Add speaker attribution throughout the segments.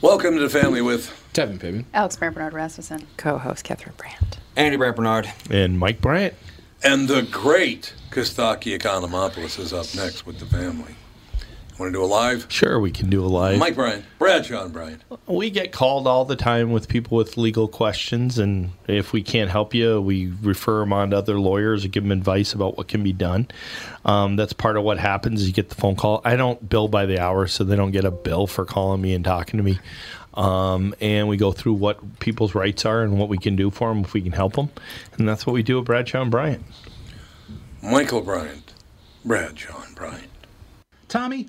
Speaker 1: Welcome to the family with
Speaker 2: Tevin Piven.
Speaker 3: Alex Mayor Bernard Rasmussen.
Speaker 4: co-host Catherine Brandt.
Speaker 5: Andy Brad Bernard.
Speaker 6: And Mike Bryant.
Speaker 1: and the great Kostaki Economopoulos is up next with the family. Want to do a live?
Speaker 6: Sure, we can do a live.
Speaker 1: Mike Bryan, Bradshaw and Bryan.
Speaker 6: We get called all the time with people with legal questions, and if we can't help you, we refer them on to other lawyers or give them advice about what can be done. Um, that's part of what happens. You get the phone call. I don't bill by the hour, so they don't get a bill for calling me and talking to me. Um, and we go through what people's rights are and what we can do for them if we can help them, and that's what we do at Bradshaw and Bryant.
Speaker 1: Michael Bryant, Bradshaw and Bryant.
Speaker 7: Tommy,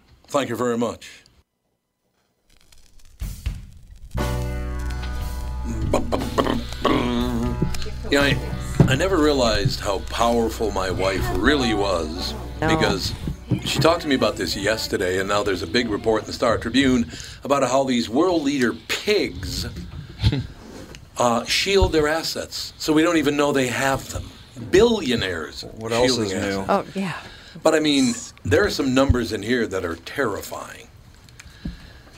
Speaker 1: Thank you very much. You know, I, I never realized how powerful my wife really was because she talked to me about this yesterday, and now there's a big report in the Star Tribune about how these world leader pigs uh, shield their assets so we don't even know they have them. Billionaires.
Speaker 5: What else
Speaker 1: shielding
Speaker 5: is
Speaker 1: assets.
Speaker 5: new?
Speaker 4: Oh yeah,
Speaker 1: But I mean, there are some numbers in here that are terrifying.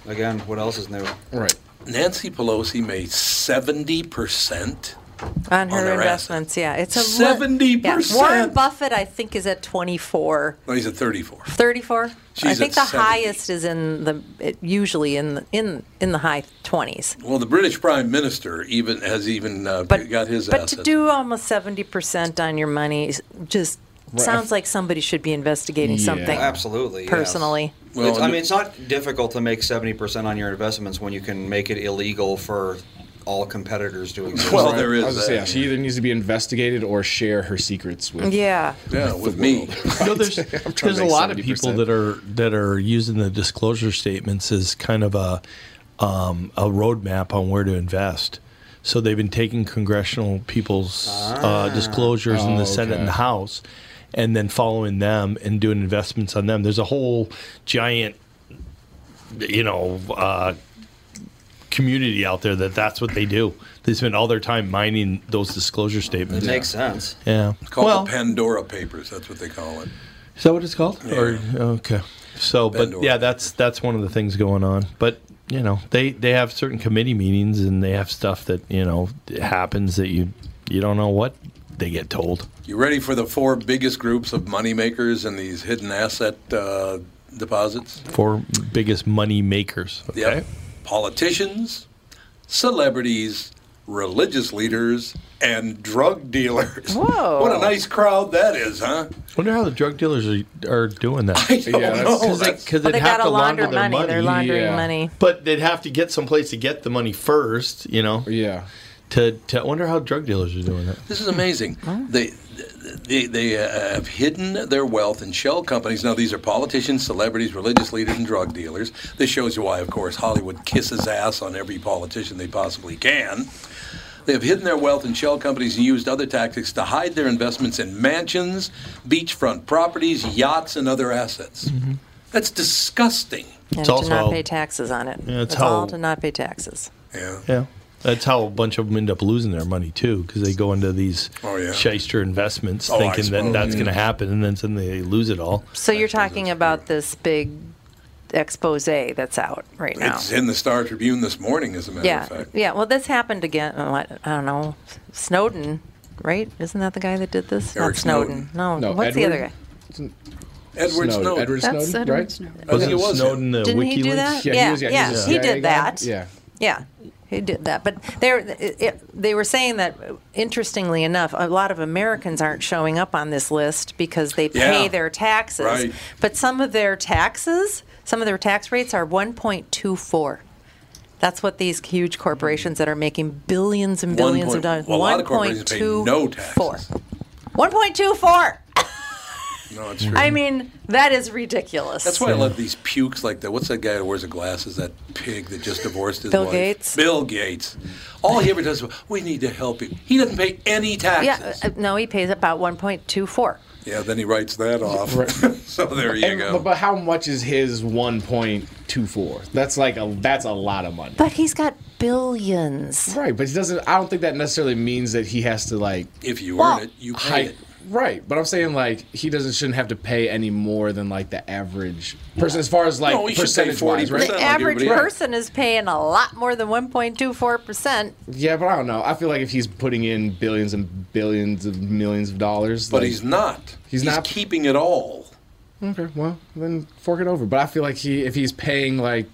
Speaker 5: Again, what else is new?
Speaker 2: Right.
Speaker 1: Nancy Pelosi made 70%.
Speaker 4: on her
Speaker 1: On their
Speaker 4: investments. Yeah, it's a li-
Speaker 1: 70%.
Speaker 4: Yeah. Warren Buffett, I think, is at 24,
Speaker 1: No, he's at 34.
Speaker 4: 34. I
Speaker 1: She's
Speaker 4: think the
Speaker 1: at 70.
Speaker 4: highest is in the it, usually in the, in in the high 20s.
Speaker 1: Well, the British Prime Minister even has even uh,
Speaker 4: But
Speaker 1: got his
Speaker 4: but
Speaker 1: assets.
Speaker 4: to do almost 70 percent on your money is just sounds like somebody should be investigating
Speaker 2: Yeah.
Speaker 4: something.
Speaker 5: Absolutely. yes.
Speaker 4: Personally.
Speaker 1: Well,
Speaker 5: It's- I mean, it's not difficult to make 70% on your investments when you can make it illegal for all competitors doing so.
Speaker 1: well, there
Speaker 2: I was
Speaker 1: is
Speaker 2: gonna
Speaker 1: that.
Speaker 2: say, yeah, she either needs to be investigated or share her secrets with.
Speaker 4: Yeah.
Speaker 1: yeah, with me.
Speaker 6: No, there's
Speaker 2: trying to
Speaker 6: there's a
Speaker 2: make
Speaker 6: lot of people
Speaker 2: 70%.
Speaker 6: that are that are using the disclosure statements as kind of a um, a roadmap on where to invest. So they've been taking congressional people's uh, disclosures in
Speaker 2: Oh,
Speaker 6: the Senate and
Speaker 2: okay.
Speaker 6: the House, and then following them and doing investments on them. There's a whole giant, you know. Uh, community out there that that's what they do they spend all their time mining those disclosure
Speaker 5: It
Speaker 6: statements
Speaker 5: makes sense.
Speaker 6: yeah
Speaker 1: It's called
Speaker 6: Well-
Speaker 1: the Pandora Papers. That's what they call it.
Speaker 6: is that what it's called?
Speaker 1: Yeah.
Speaker 6: Or okay. So, but
Speaker 1: Pandora.
Speaker 6: yeah, that's that's one of the things going on. But you know, they they have certain committee meetings and they have stuff that you know happens that you you don't know what they get told.
Speaker 1: You ready for the four biggest groups of moneymakers and these hidden asset uh, deposits?
Speaker 6: Four biggest money makers. Okay.
Speaker 1: Yep. Politicians, celebrities, religious leaders, and drug dealers.
Speaker 4: Whoa.
Speaker 1: What a nice crowd that is, huh?
Speaker 6: Wonder how the drug dealers are, are doing that.
Speaker 2: Yeah, that's-
Speaker 1: know.
Speaker 2: Well,
Speaker 1: That's-
Speaker 6: Because
Speaker 4: Well,
Speaker 6: they'd
Speaker 4: they
Speaker 6: have
Speaker 4: gotta
Speaker 6: to
Speaker 4: launder
Speaker 6: launder their
Speaker 4: money.
Speaker 6: money.
Speaker 4: They're laundering
Speaker 2: Yeah.
Speaker 4: money.
Speaker 6: but they'd have to get someplace to get the money first, you know.
Speaker 2: Yeah.
Speaker 6: To, to I wonder how drug dealers are doing that.
Speaker 1: This is amazing. They they, they uh, have hidden their wealth in shell companies. Now, these are politicians, celebrities, religious leaders, and drug dealers. This shows you why, of course, Hollywood kisses ass on every politician they possibly can. They have hidden their wealth in shell companies and used other tactics to hide their investments in mansions, beachfront properties, yachts, and other assets. That's disgusting.
Speaker 4: And
Speaker 6: It's
Speaker 4: to
Speaker 6: also
Speaker 4: not
Speaker 6: how-
Speaker 4: pay taxes on it.
Speaker 6: Yeah, it's
Speaker 4: It's all
Speaker 6: how-
Speaker 4: to not pay taxes.
Speaker 1: Yeah.
Speaker 6: Yeah. That's how a bunch of them end up losing their money too, because they go into these
Speaker 1: Oh, yeah.
Speaker 6: shyster investments
Speaker 1: Oh, I
Speaker 6: thinking
Speaker 1: suppose,
Speaker 6: that that's
Speaker 1: yeah.
Speaker 6: going to happen, and then suddenly they lose it all.
Speaker 4: So you're talking about this big expose that's out right now.
Speaker 1: It's in the Star Tribune this morning, as a matter
Speaker 4: yeah,
Speaker 1: of fact.
Speaker 4: yeah. Well, this happened again. oh, I, I don't know. Snowden, right? Isn't that the guy that did this?
Speaker 1: Eric
Speaker 4: Not Snowden. No.
Speaker 2: No,
Speaker 4: What's the
Speaker 2: Edward
Speaker 4: other guy?
Speaker 1: Edward
Speaker 2: Snowden.
Speaker 1: Snowden.
Speaker 2: Edward
Speaker 3: That's
Speaker 2: Snowden,
Speaker 3: Edward
Speaker 2: right?
Speaker 3: Snowden.
Speaker 1: I think
Speaker 6: Wasn't
Speaker 1: it was him.
Speaker 6: Snowden the
Speaker 4: Didn't he do
Speaker 6: WikiLeaks?
Speaker 4: that?
Speaker 2: Yeah, he was- yeah, he was a
Speaker 4: he
Speaker 2: CIA
Speaker 4: did
Speaker 2: guy.
Speaker 4: that.
Speaker 2: Yeah.
Speaker 4: Yeah. who did that. But they're, it, it- they were saying that, interestingly enough, a lot of Americans aren't showing up on this list because they pay
Speaker 1: Yeah.
Speaker 4: their taxes.
Speaker 1: Right.
Speaker 4: But some of their taxes, some of their tax rates are 1.24. That's what these huge corporations that are making billions and billions
Speaker 1: point-
Speaker 4: of dollars.
Speaker 1: well, a lot of corporations pay no taxes.
Speaker 4: 1.24. 1.24.
Speaker 1: No, it's true.
Speaker 4: I mean, that is ridiculous.
Speaker 1: That's why I love these pukes like that. What's that guy who wears the glasses? That pig that just divorced his
Speaker 4: Bill
Speaker 1: wife.
Speaker 4: Gates?
Speaker 1: Bill Gates. All he ever does is, we need to help you. He doesn't pay any
Speaker 4: Yeah,
Speaker 1: taxes.
Speaker 4: uh, no, he pays about 1.24.
Speaker 1: Yeah, then he writes that off.
Speaker 2: Right.
Speaker 1: so there you
Speaker 2: And-
Speaker 1: go.
Speaker 2: but, but how much is his 1.24? That's like a that's a lot of money.
Speaker 4: But he's got billions.
Speaker 2: Right, but he doesn't. I don't think that necessarily means that he has to like
Speaker 1: if you
Speaker 4: Well,
Speaker 1: earn it, you pay
Speaker 2: hike.
Speaker 1: it.
Speaker 2: Right, but I'm saying like he doesn't shouldn't have to pay any more than like the average person as far as like
Speaker 1: No, he should pay
Speaker 2: percentage wise,
Speaker 1: 40%.
Speaker 2: right?
Speaker 4: The
Speaker 1: like
Speaker 4: average
Speaker 1: everybody else.
Speaker 4: person is paying a lot more than 1.24%.
Speaker 2: Yeah, but I don't know. I feel like if he's putting in billions and billions of millions of dollars,
Speaker 1: But
Speaker 2: like-
Speaker 1: he's not.
Speaker 2: He's not-
Speaker 1: keeping it all.
Speaker 2: okay. Well, then fork it over. But I feel like he if he's paying like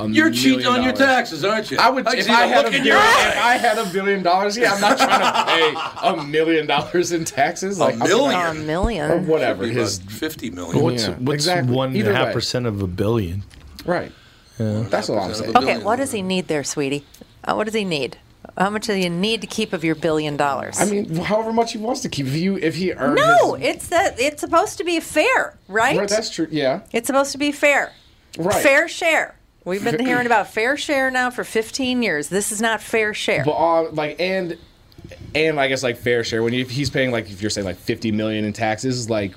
Speaker 2: a
Speaker 1: You're
Speaker 2: million
Speaker 1: cheating on your
Speaker 2: dollars-
Speaker 1: taxes, aren't you?
Speaker 2: I would
Speaker 1: I
Speaker 2: if
Speaker 1: see
Speaker 2: I
Speaker 1: the
Speaker 2: had a
Speaker 1: look in
Speaker 2: billion,
Speaker 1: your eye.
Speaker 2: if I had a billion dollars. Yeah, I'm not trying to pay a million dollars in taxes. Like I'll be
Speaker 1: million?
Speaker 2: like-
Speaker 4: Or a
Speaker 1: Million.
Speaker 2: or
Speaker 4: million.
Speaker 2: whatever
Speaker 1: It'd be
Speaker 2: his
Speaker 1: about fifty million.
Speaker 6: What's
Speaker 2: Yeah,
Speaker 6: what's
Speaker 2: exactly.
Speaker 6: one and
Speaker 2: Either
Speaker 6: a half
Speaker 2: way.
Speaker 6: percent of a billion?
Speaker 2: right. That's all I'm saying.
Speaker 1: Okay.
Speaker 4: Okay, what does he need there, sweetie? Uh, what does he need? How much do you need to keep of your billion dollars?
Speaker 2: I mean, however much he wants to keep. If you if he earns
Speaker 4: no,
Speaker 2: his-
Speaker 4: it's that it's supposed to be fair, right?
Speaker 2: right, that's true. Yeah,
Speaker 4: it's supposed to be fair.
Speaker 2: Right.
Speaker 4: Fair share. We've been hearing about fair share now for 15 years. This is not fair share.
Speaker 2: but all like and and I guess like fair share when you, if he's paying like if you're saying like 50 million in taxes like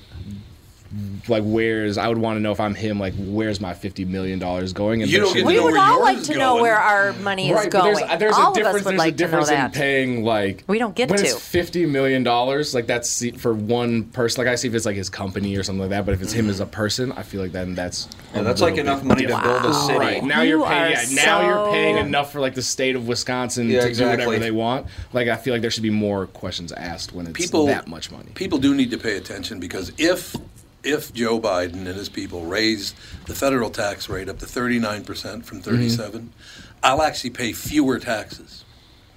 Speaker 2: like where's I would want to know if I'm him like where's my 50 million dollars going and
Speaker 1: You
Speaker 2: there
Speaker 1: don't
Speaker 2: should
Speaker 1: get
Speaker 2: be-
Speaker 1: to
Speaker 4: we
Speaker 1: know
Speaker 4: would
Speaker 1: where
Speaker 4: all
Speaker 1: yours
Speaker 4: like
Speaker 1: is
Speaker 4: to know
Speaker 1: going.
Speaker 4: where our money is
Speaker 2: but
Speaker 4: going.
Speaker 2: There's, uh, there's
Speaker 4: all
Speaker 2: a difference.
Speaker 4: of us would
Speaker 2: there's
Speaker 4: like
Speaker 2: a
Speaker 4: to know
Speaker 2: difference in
Speaker 4: that.
Speaker 2: paying like
Speaker 4: We don't get
Speaker 2: when
Speaker 4: to.
Speaker 2: it's fifty million dollars. Like that's see- for one person. Like I see if it's like his company or something like that. But if it's him as a person, I feel like then that's
Speaker 5: Yeah, that's like enough money to build a city.
Speaker 2: right now
Speaker 4: You
Speaker 2: you're
Speaker 4: are
Speaker 2: paying. Yeah, now
Speaker 4: so-
Speaker 2: you're paying enough for like the state of Wisconsin
Speaker 5: Yeah,
Speaker 2: to do
Speaker 5: exactly.
Speaker 2: whatever they want. Like I feel like there should be more questions asked when it's
Speaker 1: people
Speaker 2: that much money.
Speaker 1: People do need to pay attention because if if Joe Biden and his people raise the federal tax rate up to 39% from 37, I'll actually pay fewer taxes.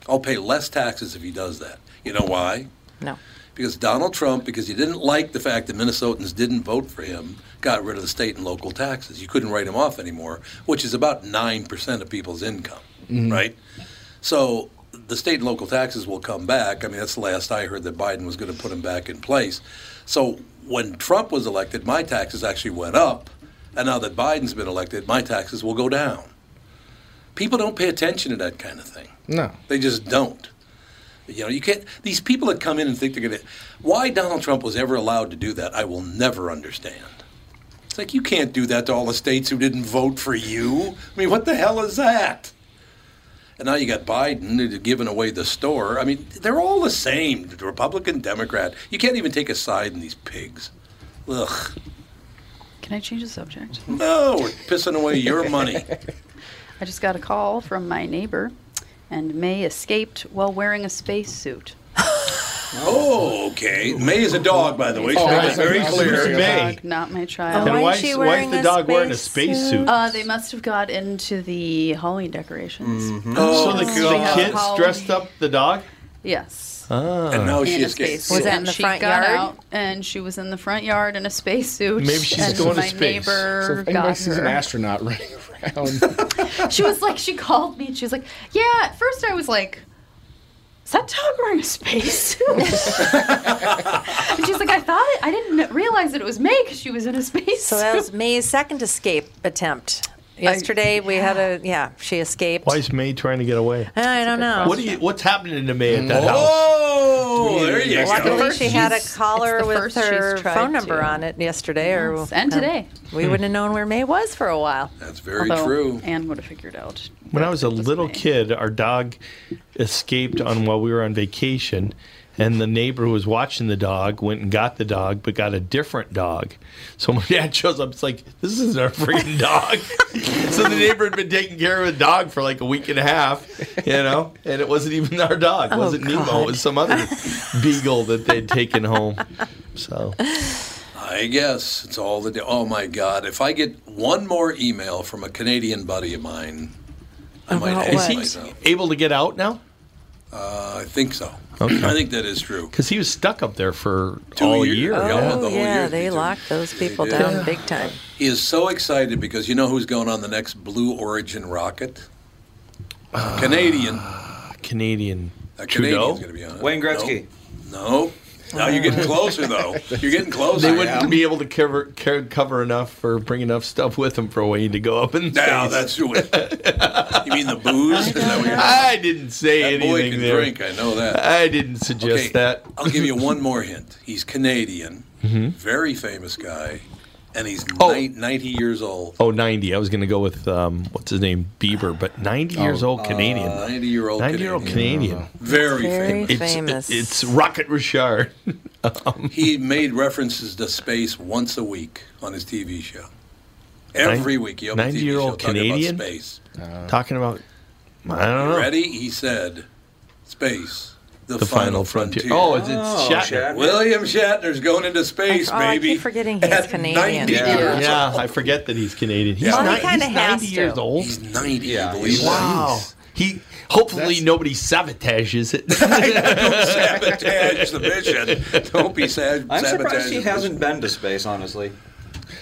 Speaker 1: I'll pay less taxes if he does that. You know why?
Speaker 4: No.
Speaker 1: Because Donald Trump, because he didn't like the fact that Minnesotans didn't vote for him, got rid of the state and local taxes. You couldn't write him off anymore, which is about 9% of people's income, right? So the state and local taxes will come back. I mean, that's the last I heard that Biden was going to put them back in place. So when Trump was elected, my taxes actually went up. And now that Biden's been elected, my taxes will go down. People don't pay attention to that kind of thing.
Speaker 2: No.
Speaker 1: They just don't. You know, you can't. These people that come in and think they're going to. Why Donald Trump was ever allowed to do that, I will never understand. It's like you can't do that to all the states who didn't vote for you. I mean, what the hell is that? And now you got Biden giving away the store. I mean, they're all the same the Republican, Democrat. You can't even take a side in these pigs. Ugh.
Speaker 3: Can I change the subject?
Speaker 1: No, we're pissing away your money.
Speaker 3: I just got a call from my neighbor, and May escaped while wearing a spacesuit.
Speaker 1: Oh, okay. May is a dog, by the way. So
Speaker 2: Oh,
Speaker 1: make it very
Speaker 2: I was-
Speaker 1: clear.
Speaker 6: Who's May?
Speaker 3: Dog, not my
Speaker 4: And
Speaker 3: child.
Speaker 4: why
Speaker 6: And
Speaker 4: is
Speaker 6: why
Speaker 4: she
Speaker 6: is, why
Speaker 4: wearing
Speaker 6: is the
Speaker 4: a
Speaker 6: dog wearing a
Speaker 4: spacesuit?
Speaker 6: spacesuit? suit?
Speaker 3: Uh, they must have got into the Halloween decorations.
Speaker 4: Mm-hmm.
Speaker 1: Oh,
Speaker 6: so the,
Speaker 1: God.
Speaker 6: the kids dressed up the dog.
Speaker 3: Yes.
Speaker 6: Ah. Uh.
Speaker 1: And now she
Speaker 3: in a
Speaker 1: escapes.
Speaker 3: spacesuit.
Speaker 4: Was that in
Speaker 3: And
Speaker 4: the
Speaker 3: she
Speaker 4: front
Speaker 3: got
Speaker 4: yard?
Speaker 3: out, and she was in the front yard in a spacesuit.
Speaker 6: Maybe she's
Speaker 3: and
Speaker 6: going to
Speaker 3: my
Speaker 6: space.
Speaker 3: neighbor
Speaker 2: So if anybody
Speaker 3: got
Speaker 2: sees an
Speaker 3: her.
Speaker 2: astronaut running around,
Speaker 3: she was like, she called me and she was like, yeah, at first I was like, is that dog wearing a spacesuit? and she's like, I thought it, I didn't kn- realize that it was May because she was in a spacesuit.
Speaker 4: So that was May's second escape attempt. Yesterday we had a yeah, she escaped.
Speaker 6: Why is May trying to get away?
Speaker 4: I don't know.
Speaker 6: What do you? What's happening to May at that house?
Speaker 1: Oh, there you
Speaker 4: Luckily,
Speaker 1: go.
Speaker 3: first
Speaker 4: she had a
Speaker 3: she's-
Speaker 4: collar
Speaker 3: it's the
Speaker 4: with
Speaker 3: first
Speaker 4: her
Speaker 3: she's tried
Speaker 4: phone number
Speaker 3: to.
Speaker 4: on it yesterday, or
Speaker 3: Yes, and
Speaker 4: um,
Speaker 3: today.
Speaker 4: we wouldn't have known where May was for a while.
Speaker 1: That's very
Speaker 3: Although
Speaker 1: true.
Speaker 3: Anne would have figured out.
Speaker 6: When
Speaker 3: that
Speaker 6: I was a
Speaker 3: it
Speaker 6: little
Speaker 3: May.
Speaker 6: kid, our dog escaped on while we were on vacation, and the neighbor who was watching the dog went and got the dog, but got a different dog. So my dad shows up. It's like this isn't our freaking dog. so the neighbor had been taking care of the dog for like a week and a half, you know, and it wasn't even our dog. It wasn't Nemo. It was some other beagle that they'd taken home. So
Speaker 1: I guess it's all the. Oh my God! If I get one more email from a Canadian buddy of mine, I might
Speaker 4: About
Speaker 1: hang
Speaker 4: what?
Speaker 1: myself.
Speaker 6: Able to get out now?
Speaker 1: I think so.
Speaker 6: Okay.
Speaker 1: I think that is true.
Speaker 6: Because he was stuck up there for
Speaker 1: Two
Speaker 6: all
Speaker 1: years.
Speaker 6: year.
Speaker 1: Oh,
Speaker 6: yeah.
Speaker 1: the
Speaker 4: Oh,
Speaker 1: whole
Speaker 4: yeah,
Speaker 1: year's
Speaker 4: they
Speaker 1: been-
Speaker 4: locked those people
Speaker 1: did.
Speaker 4: down
Speaker 1: Yeah.
Speaker 4: big time.
Speaker 1: He is so excited because you know who's going on the next Blue Origin rocket? Canadian.
Speaker 6: Canadian.
Speaker 1: A
Speaker 6: Trudeau.
Speaker 1: Canadian's going to be on it.
Speaker 5: Wayne Gretzky.
Speaker 1: No. no. Now you're getting closer, though. You're getting closer.
Speaker 6: They wouldn't
Speaker 1: Yeah.
Speaker 6: be able to cover, cover cover enough or bring enough stuff with them for Wayne to go up and.
Speaker 1: Now that's true. You mean the booze? Is that what you're
Speaker 6: I didn't say
Speaker 1: That
Speaker 6: anything
Speaker 1: boy can
Speaker 6: there.
Speaker 1: drink. I know that.
Speaker 6: I didn't suggest that. Mm-hmm.
Speaker 1: I'll give you one more hint. He's Canadian, very famous guy, and he's
Speaker 6: Oh.
Speaker 1: ni- 90 years old.
Speaker 6: Oh, 90. I was going to go with um, what's his name, Bieber, but 90 years old Canadian.
Speaker 1: 90 year old
Speaker 6: 90
Speaker 1: Canadian.
Speaker 6: year old Canadian.
Speaker 1: Very
Speaker 4: Very
Speaker 1: famous.
Speaker 6: It's,
Speaker 4: famous.
Speaker 6: it's Rocket Richard.
Speaker 1: He made references to space once a week on his TV show. Every
Speaker 6: Nin-
Speaker 1: week he opened a TV show
Speaker 6: 90-year-old
Speaker 1: talking
Speaker 6: Canadian?
Speaker 1: about space.
Speaker 6: Talking about, I don't know.
Speaker 1: Uh. Ready? He said, "Space, the,
Speaker 6: The final frontier. Oh, it's, it's Shatner.
Speaker 5: Shatner.
Speaker 1: William Shatner's going into space,
Speaker 4: oh, I keep
Speaker 1: baby.
Speaker 4: forgetting he's
Speaker 1: At
Speaker 4: Canadian.
Speaker 1: 90
Speaker 5: Yeah.
Speaker 1: years
Speaker 6: Yeah, I forget that he's Canadian. He's,
Speaker 1: Well, he
Speaker 6: ni-
Speaker 4: kinda
Speaker 6: he's
Speaker 4: has
Speaker 6: 90 years
Speaker 4: to.
Speaker 6: old.
Speaker 1: He's 90,
Speaker 5: Yeah,
Speaker 1: I believe.
Speaker 5: he's-
Speaker 6: wow. He hopefully
Speaker 2: That's-
Speaker 6: nobody sabotages it.
Speaker 1: Don't sabotage the mission. Don't be sad.
Speaker 5: I'm
Speaker 1: sabotage
Speaker 5: surprised he
Speaker 1: the
Speaker 5: hasn't been to space, honestly.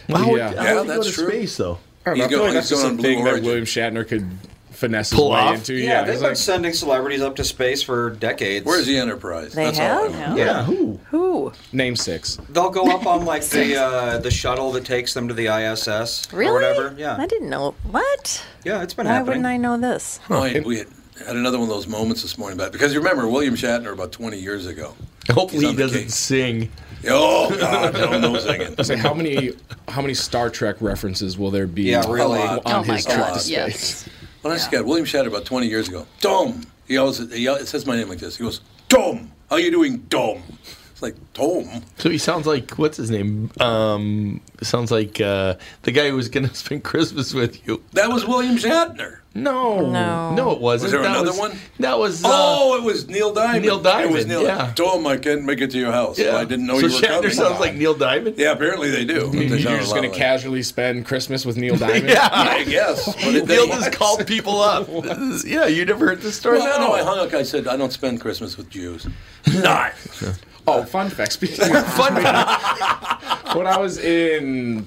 Speaker 6: Wow,
Speaker 2: Yeah.
Speaker 1: Yeah,
Speaker 6: would he go
Speaker 1: that's
Speaker 6: to
Speaker 1: true.
Speaker 6: space though?
Speaker 2: I don't know,
Speaker 1: He's
Speaker 2: I feel
Speaker 1: going-
Speaker 2: like that's
Speaker 1: he's
Speaker 2: just
Speaker 1: going on Blue
Speaker 2: something that
Speaker 1: Origin.
Speaker 2: William Shatner could finesse his
Speaker 6: Pull
Speaker 2: way
Speaker 6: off?
Speaker 2: into.
Speaker 5: Yeah,
Speaker 2: Yeah,
Speaker 5: they've
Speaker 2: it's
Speaker 5: been
Speaker 2: like-
Speaker 5: sending celebrities up to space for decades.
Speaker 1: Where's the Enterprise?
Speaker 4: They
Speaker 1: That's all I
Speaker 4: have?
Speaker 1: want.
Speaker 5: Yeah.
Speaker 6: Who?
Speaker 4: Who?
Speaker 2: name six.
Speaker 5: They'll go up on like the uh, the shuttle that takes them to the ISS
Speaker 4: Really?
Speaker 5: or whatever. Yeah,
Speaker 4: I didn't know. What?
Speaker 5: yeah, it's been
Speaker 4: Why
Speaker 5: happening.
Speaker 4: wouldn't I know this?
Speaker 1: Oh, and we had, had another one of those moments this morning about because you remember William Shatner about 20 years ago.
Speaker 6: Hopefully
Speaker 1: He's
Speaker 6: he
Speaker 1: on the
Speaker 6: doesn't
Speaker 1: case.
Speaker 6: sing.
Speaker 1: Oh God, no, no singing.
Speaker 2: It's like how many how many Star Trek references will there be?
Speaker 5: Yeah, really.
Speaker 2: on
Speaker 3: Oh my
Speaker 2: his trip
Speaker 1: God,
Speaker 2: to space?
Speaker 3: yes.
Speaker 1: When I got William Shatner about 20 years ago, Tom. He always he always says my name like this. He goes, Tom. How you doing, Tom? It's like Tom.
Speaker 6: So he sounds like what's his name? Um, sounds like uh, the guy who was going to spend Christmas with you.
Speaker 1: That was William Shatner.
Speaker 6: No,
Speaker 4: No.
Speaker 6: it wasn't.
Speaker 1: Was there
Speaker 6: That
Speaker 1: another
Speaker 6: was-
Speaker 1: one?
Speaker 6: That was. Uh,
Speaker 1: oh, it was Neil Diamond.
Speaker 6: Neil Diamond,
Speaker 1: It was Neil.
Speaker 6: yeah.
Speaker 1: Tom, I can't make it to your house.
Speaker 6: yeah.
Speaker 1: I didn't know
Speaker 6: so
Speaker 1: you were
Speaker 6: Shatner
Speaker 1: coming.
Speaker 6: sounds like Neil Diamond.
Speaker 1: Yeah, apparently they do. They
Speaker 2: You're
Speaker 1: sound a
Speaker 2: just
Speaker 1: lot
Speaker 2: gonna
Speaker 1: like-
Speaker 2: casually spend Christmas with Neil Diamond.
Speaker 1: I guess. But it,
Speaker 6: Neil just called people up. This is- yeah, you never heard this story.
Speaker 1: Well, no, I
Speaker 6: no.
Speaker 1: hung up. I said, I don't spend Christmas with Jews.
Speaker 6: Not.
Speaker 2: Oh, fun fact. Speaking of fun fact, when I was in,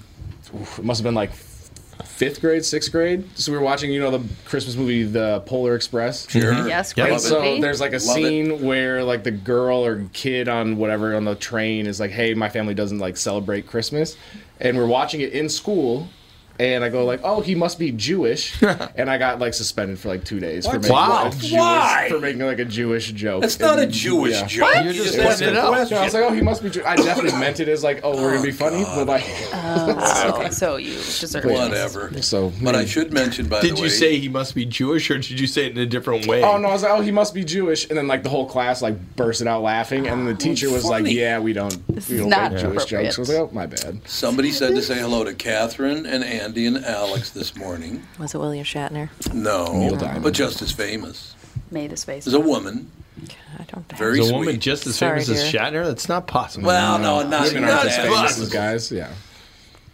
Speaker 2: oof, it must have been like fifth grade, sixth grade. So we were watching, you know, the Christmas movie, The Polar Express.
Speaker 1: Sure.
Speaker 3: Yes,
Speaker 6: Yeah.
Speaker 3: great
Speaker 2: And so
Speaker 3: movie.
Speaker 2: there's like a
Speaker 1: Love it.
Speaker 2: scene where like the girl or kid on whatever on the train is like, "Hey, my family doesn't like celebrate Christmas," and we're watching it in school. And I go like, "Oh, he must be Jewish," and I got like suspended for like two days for making,
Speaker 6: Wow.
Speaker 2: a Jewish,
Speaker 1: Why?
Speaker 2: for making like a Jewish joke.
Speaker 1: It's not a
Speaker 2: And-
Speaker 1: Jewish
Speaker 2: yeah.
Speaker 1: joke.
Speaker 6: You're just
Speaker 1: asked
Speaker 6: pointing
Speaker 1: a
Speaker 6: it out.
Speaker 1: question.
Speaker 2: No, I was like, oh, he must be. Jew-" I definitely meant it as like, oh, we're gonna be funny, but like,
Speaker 3: okay, so you deserve
Speaker 1: Oh. Whatever.
Speaker 2: so.
Speaker 1: But I should mention, by
Speaker 6: Did
Speaker 1: the way,
Speaker 6: you say he must be Jewish, or did you say it in a different way?
Speaker 2: Oh no! I was like, oh, he must be Jewish, and then like the whole class like bursted out laughing, and the teacher was like,
Speaker 1: funny.
Speaker 2: yeah, we don't, we
Speaker 3: is
Speaker 2: don't
Speaker 3: not
Speaker 2: make Jewish
Speaker 3: appropriate.
Speaker 2: jokes. I was like, oh, my bad.
Speaker 1: somebody said to say hello to Catherine and Andy and Alex this morning?
Speaker 4: Was it William Shatner?
Speaker 1: No,
Speaker 2: Diamond.
Speaker 1: but just as famous.
Speaker 3: May the space.
Speaker 1: There's a woman,
Speaker 4: I don't.
Speaker 1: very
Speaker 6: Is a
Speaker 1: sweet.
Speaker 6: woman just as
Speaker 4: Sorry,
Speaker 6: famous as
Speaker 4: dear.
Speaker 6: Shatner? That's not possible.
Speaker 1: well, no, not,
Speaker 2: Women aren't
Speaker 1: not as
Speaker 2: that famous,
Speaker 1: famous.
Speaker 2: guys. Yeah.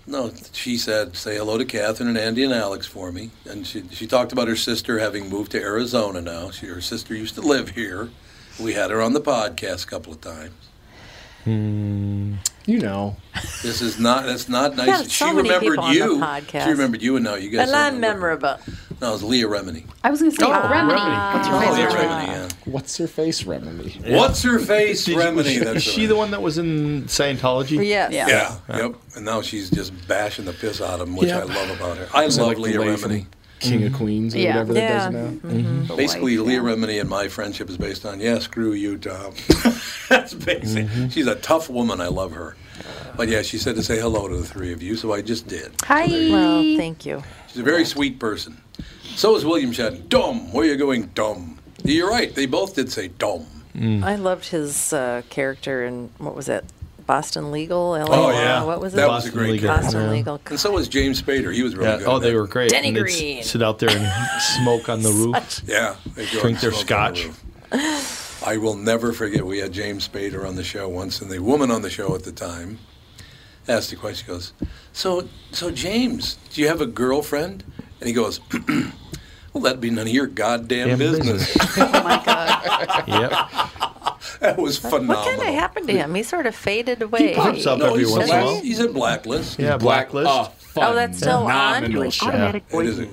Speaker 1: No, she said, "Say hello to Catherine and Andy and Alex for me." And she she talked about her sister having moved to Arizona now. She, her sister used to live here. We had her on the podcast a couple of times.
Speaker 2: You know,
Speaker 1: This is not that's not nice.
Speaker 4: got so
Speaker 1: she
Speaker 4: many
Speaker 1: remembered
Speaker 4: people on the
Speaker 1: you.
Speaker 4: podcast.
Speaker 1: She remembered you, and now you guys.
Speaker 4: And not
Speaker 1: don't remember.
Speaker 4: memorable.
Speaker 1: No, it was Leah Remini.
Speaker 3: I was going to say Remedy.
Speaker 2: Remedy.
Speaker 3: What's your
Speaker 1: Oh, Leah
Speaker 3: favorite?
Speaker 1: Remini. Yeah.
Speaker 2: what's her face, Remedy?
Speaker 1: What's her face?
Speaker 6: Did you-
Speaker 1: Remini.
Speaker 6: was she,
Speaker 1: that's
Speaker 6: is she
Speaker 1: right.
Speaker 6: the one that was in Scientology?
Speaker 4: Yes.
Speaker 3: Yeah.
Speaker 1: Yeah. Yep. And now she's just bashing the piss out of him, which I
Speaker 2: Yep.
Speaker 1: love about her. I
Speaker 2: Is it,
Speaker 1: love
Speaker 2: like, the
Speaker 1: Leah
Speaker 2: lady
Speaker 1: Remini.
Speaker 2: from King
Speaker 6: Mm-hmm.
Speaker 2: of Queens or
Speaker 3: Yeah.
Speaker 2: whatever
Speaker 4: Yeah. Mm-hmm.
Speaker 2: that does now.
Speaker 1: Basically,
Speaker 3: Like,
Speaker 1: Leah
Speaker 3: yeah.
Speaker 1: Remini and my friendship is based on, yeah, screw you, Tom. That's basic.
Speaker 6: Mm-hmm.
Speaker 1: She's a tough woman. I love her. But yeah, she said to say hello to the three of you, so I just did.
Speaker 3: Hi.
Speaker 4: Well, thank you.
Speaker 1: She's a very sweet person. So is William Shatner. Dom, where you going, Dom? You're right. They both did say Dom.
Speaker 4: I loved his uh, character in what was it? Boston Legal. LA
Speaker 1: Oh,
Speaker 4: Law,
Speaker 1: yeah.
Speaker 4: What was it?
Speaker 1: That was a
Speaker 6: Boston
Speaker 1: great
Speaker 6: Legal.
Speaker 1: character.
Speaker 4: Boston
Speaker 6: Yeah.
Speaker 4: Legal.
Speaker 1: And so was James Spader. He was really
Speaker 6: Yeah.
Speaker 1: good.
Speaker 6: Oh,
Speaker 1: in
Speaker 6: they
Speaker 1: that.
Speaker 6: were great.
Speaker 4: Denny
Speaker 6: And they'd s-
Speaker 4: Green.
Speaker 6: Sit out there and smoke on the roof.
Speaker 1: Yeah. They go
Speaker 6: Drink
Speaker 1: and
Speaker 6: their
Speaker 1: smoke
Speaker 6: scotch.
Speaker 1: on the roof. I will never forget. We had James Spader on the show once, and the woman on the show at the time asked the question. She goes, "So, so James, do you have a girlfriend?" And he goes,
Speaker 8: Well, that'd be none of your goddamn
Speaker 6: Damn
Speaker 8: business.
Speaker 4: Oh my God.
Speaker 6: yep.
Speaker 8: that was phenomenal.
Speaker 4: What kind of happened to him? He sort of faded
Speaker 6: He
Speaker 4: away.
Speaker 6: pops up
Speaker 8: No,
Speaker 6: every
Speaker 8: he's,
Speaker 6: once in a
Speaker 8: black-
Speaker 6: while.
Speaker 8: he's in blacklist.
Speaker 6: Yeah, blacklist.
Speaker 2: Oh,
Speaker 4: Oh, that's still on?
Speaker 2: phenomenal
Speaker 4: Like,
Speaker 2: show.
Speaker 6: automatic
Speaker 8: It is a,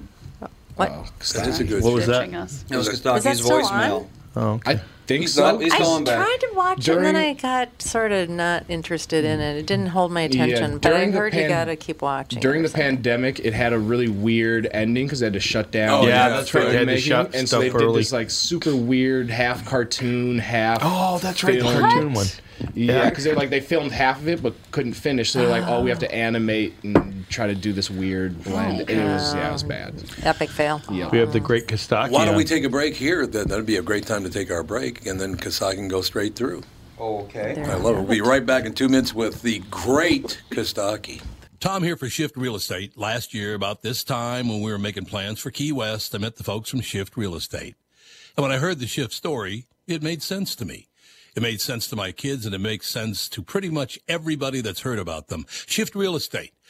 Speaker 4: What?
Speaker 8: that is a good
Speaker 6: What was
Speaker 8: show.
Speaker 6: that?
Speaker 3: Stretching us.
Speaker 9: It was
Speaker 8: Is
Speaker 9: Gustavo's
Speaker 4: that still
Speaker 9: voicemail.
Speaker 4: on?
Speaker 6: Oh,
Speaker 2: I think
Speaker 9: He's
Speaker 2: so.
Speaker 9: not- he's
Speaker 4: I
Speaker 9: going back.
Speaker 4: tried to watch it and then I got sort of not interested in it. It didn't hold my attention, but I
Speaker 2: during the
Speaker 4: heard you
Speaker 2: pan-
Speaker 4: got to keep watching.
Speaker 2: During
Speaker 4: or
Speaker 2: the
Speaker 4: something.
Speaker 2: pandemic, it had a really weird ending because they had to shut down.
Speaker 8: Oh, Yeah, yeah, that's
Speaker 2: that's
Speaker 8: right.
Speaker 2: right.
Speaker 8: They
Speaker 6: had to shut
Speaker 2: and so they
Speaker 6: stuff
Speaker 2: did
Speaker 6: early.
Speaker 2: this like super weird half cartoon, half.
Speaker 6: oh that's right. The
Speaker 2: film.
Speaker 6: cartoon one.
Speaker 2: Yeah,
Speaker 6: Yeah.
Speaker 2: because they like they filmed half of it but couldn't finish, so they're like, "Oh, we have to animate and try to do this weird blend." and it was yeah, it was bad.
Speaker 4: Epic fail.
Speaker 2: Yeah.
Speaker 6: We have the great Kostaki.
Speaker 8: Why don't
Speaker 6: on.
Speaker 8: we take a break here? Then that'd be a great time to take our break, and then Kasai can go straight through.
Speaker 9: Okay.
Speaker 8: I love it. We'll be right back in two minutes with the great Kostaki.
Speaker 1: Tom here for Shift Real Estate. Last year, about this time when we were making plans for Key West, I met the folks from Shift Real Estate. And when I heard the Shift story, it made sense to me. It made sense to my kids and it makes sense to pretty much everybody that's heard about them. Shift Real Estate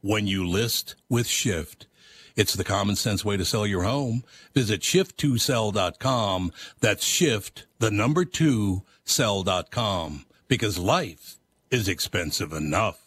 Speaker 1: when you list with Shift. It's the common sense way to sell your home. Visit shift2sell.com. That's shift, the number two, sell.com. Because life is expensive enough.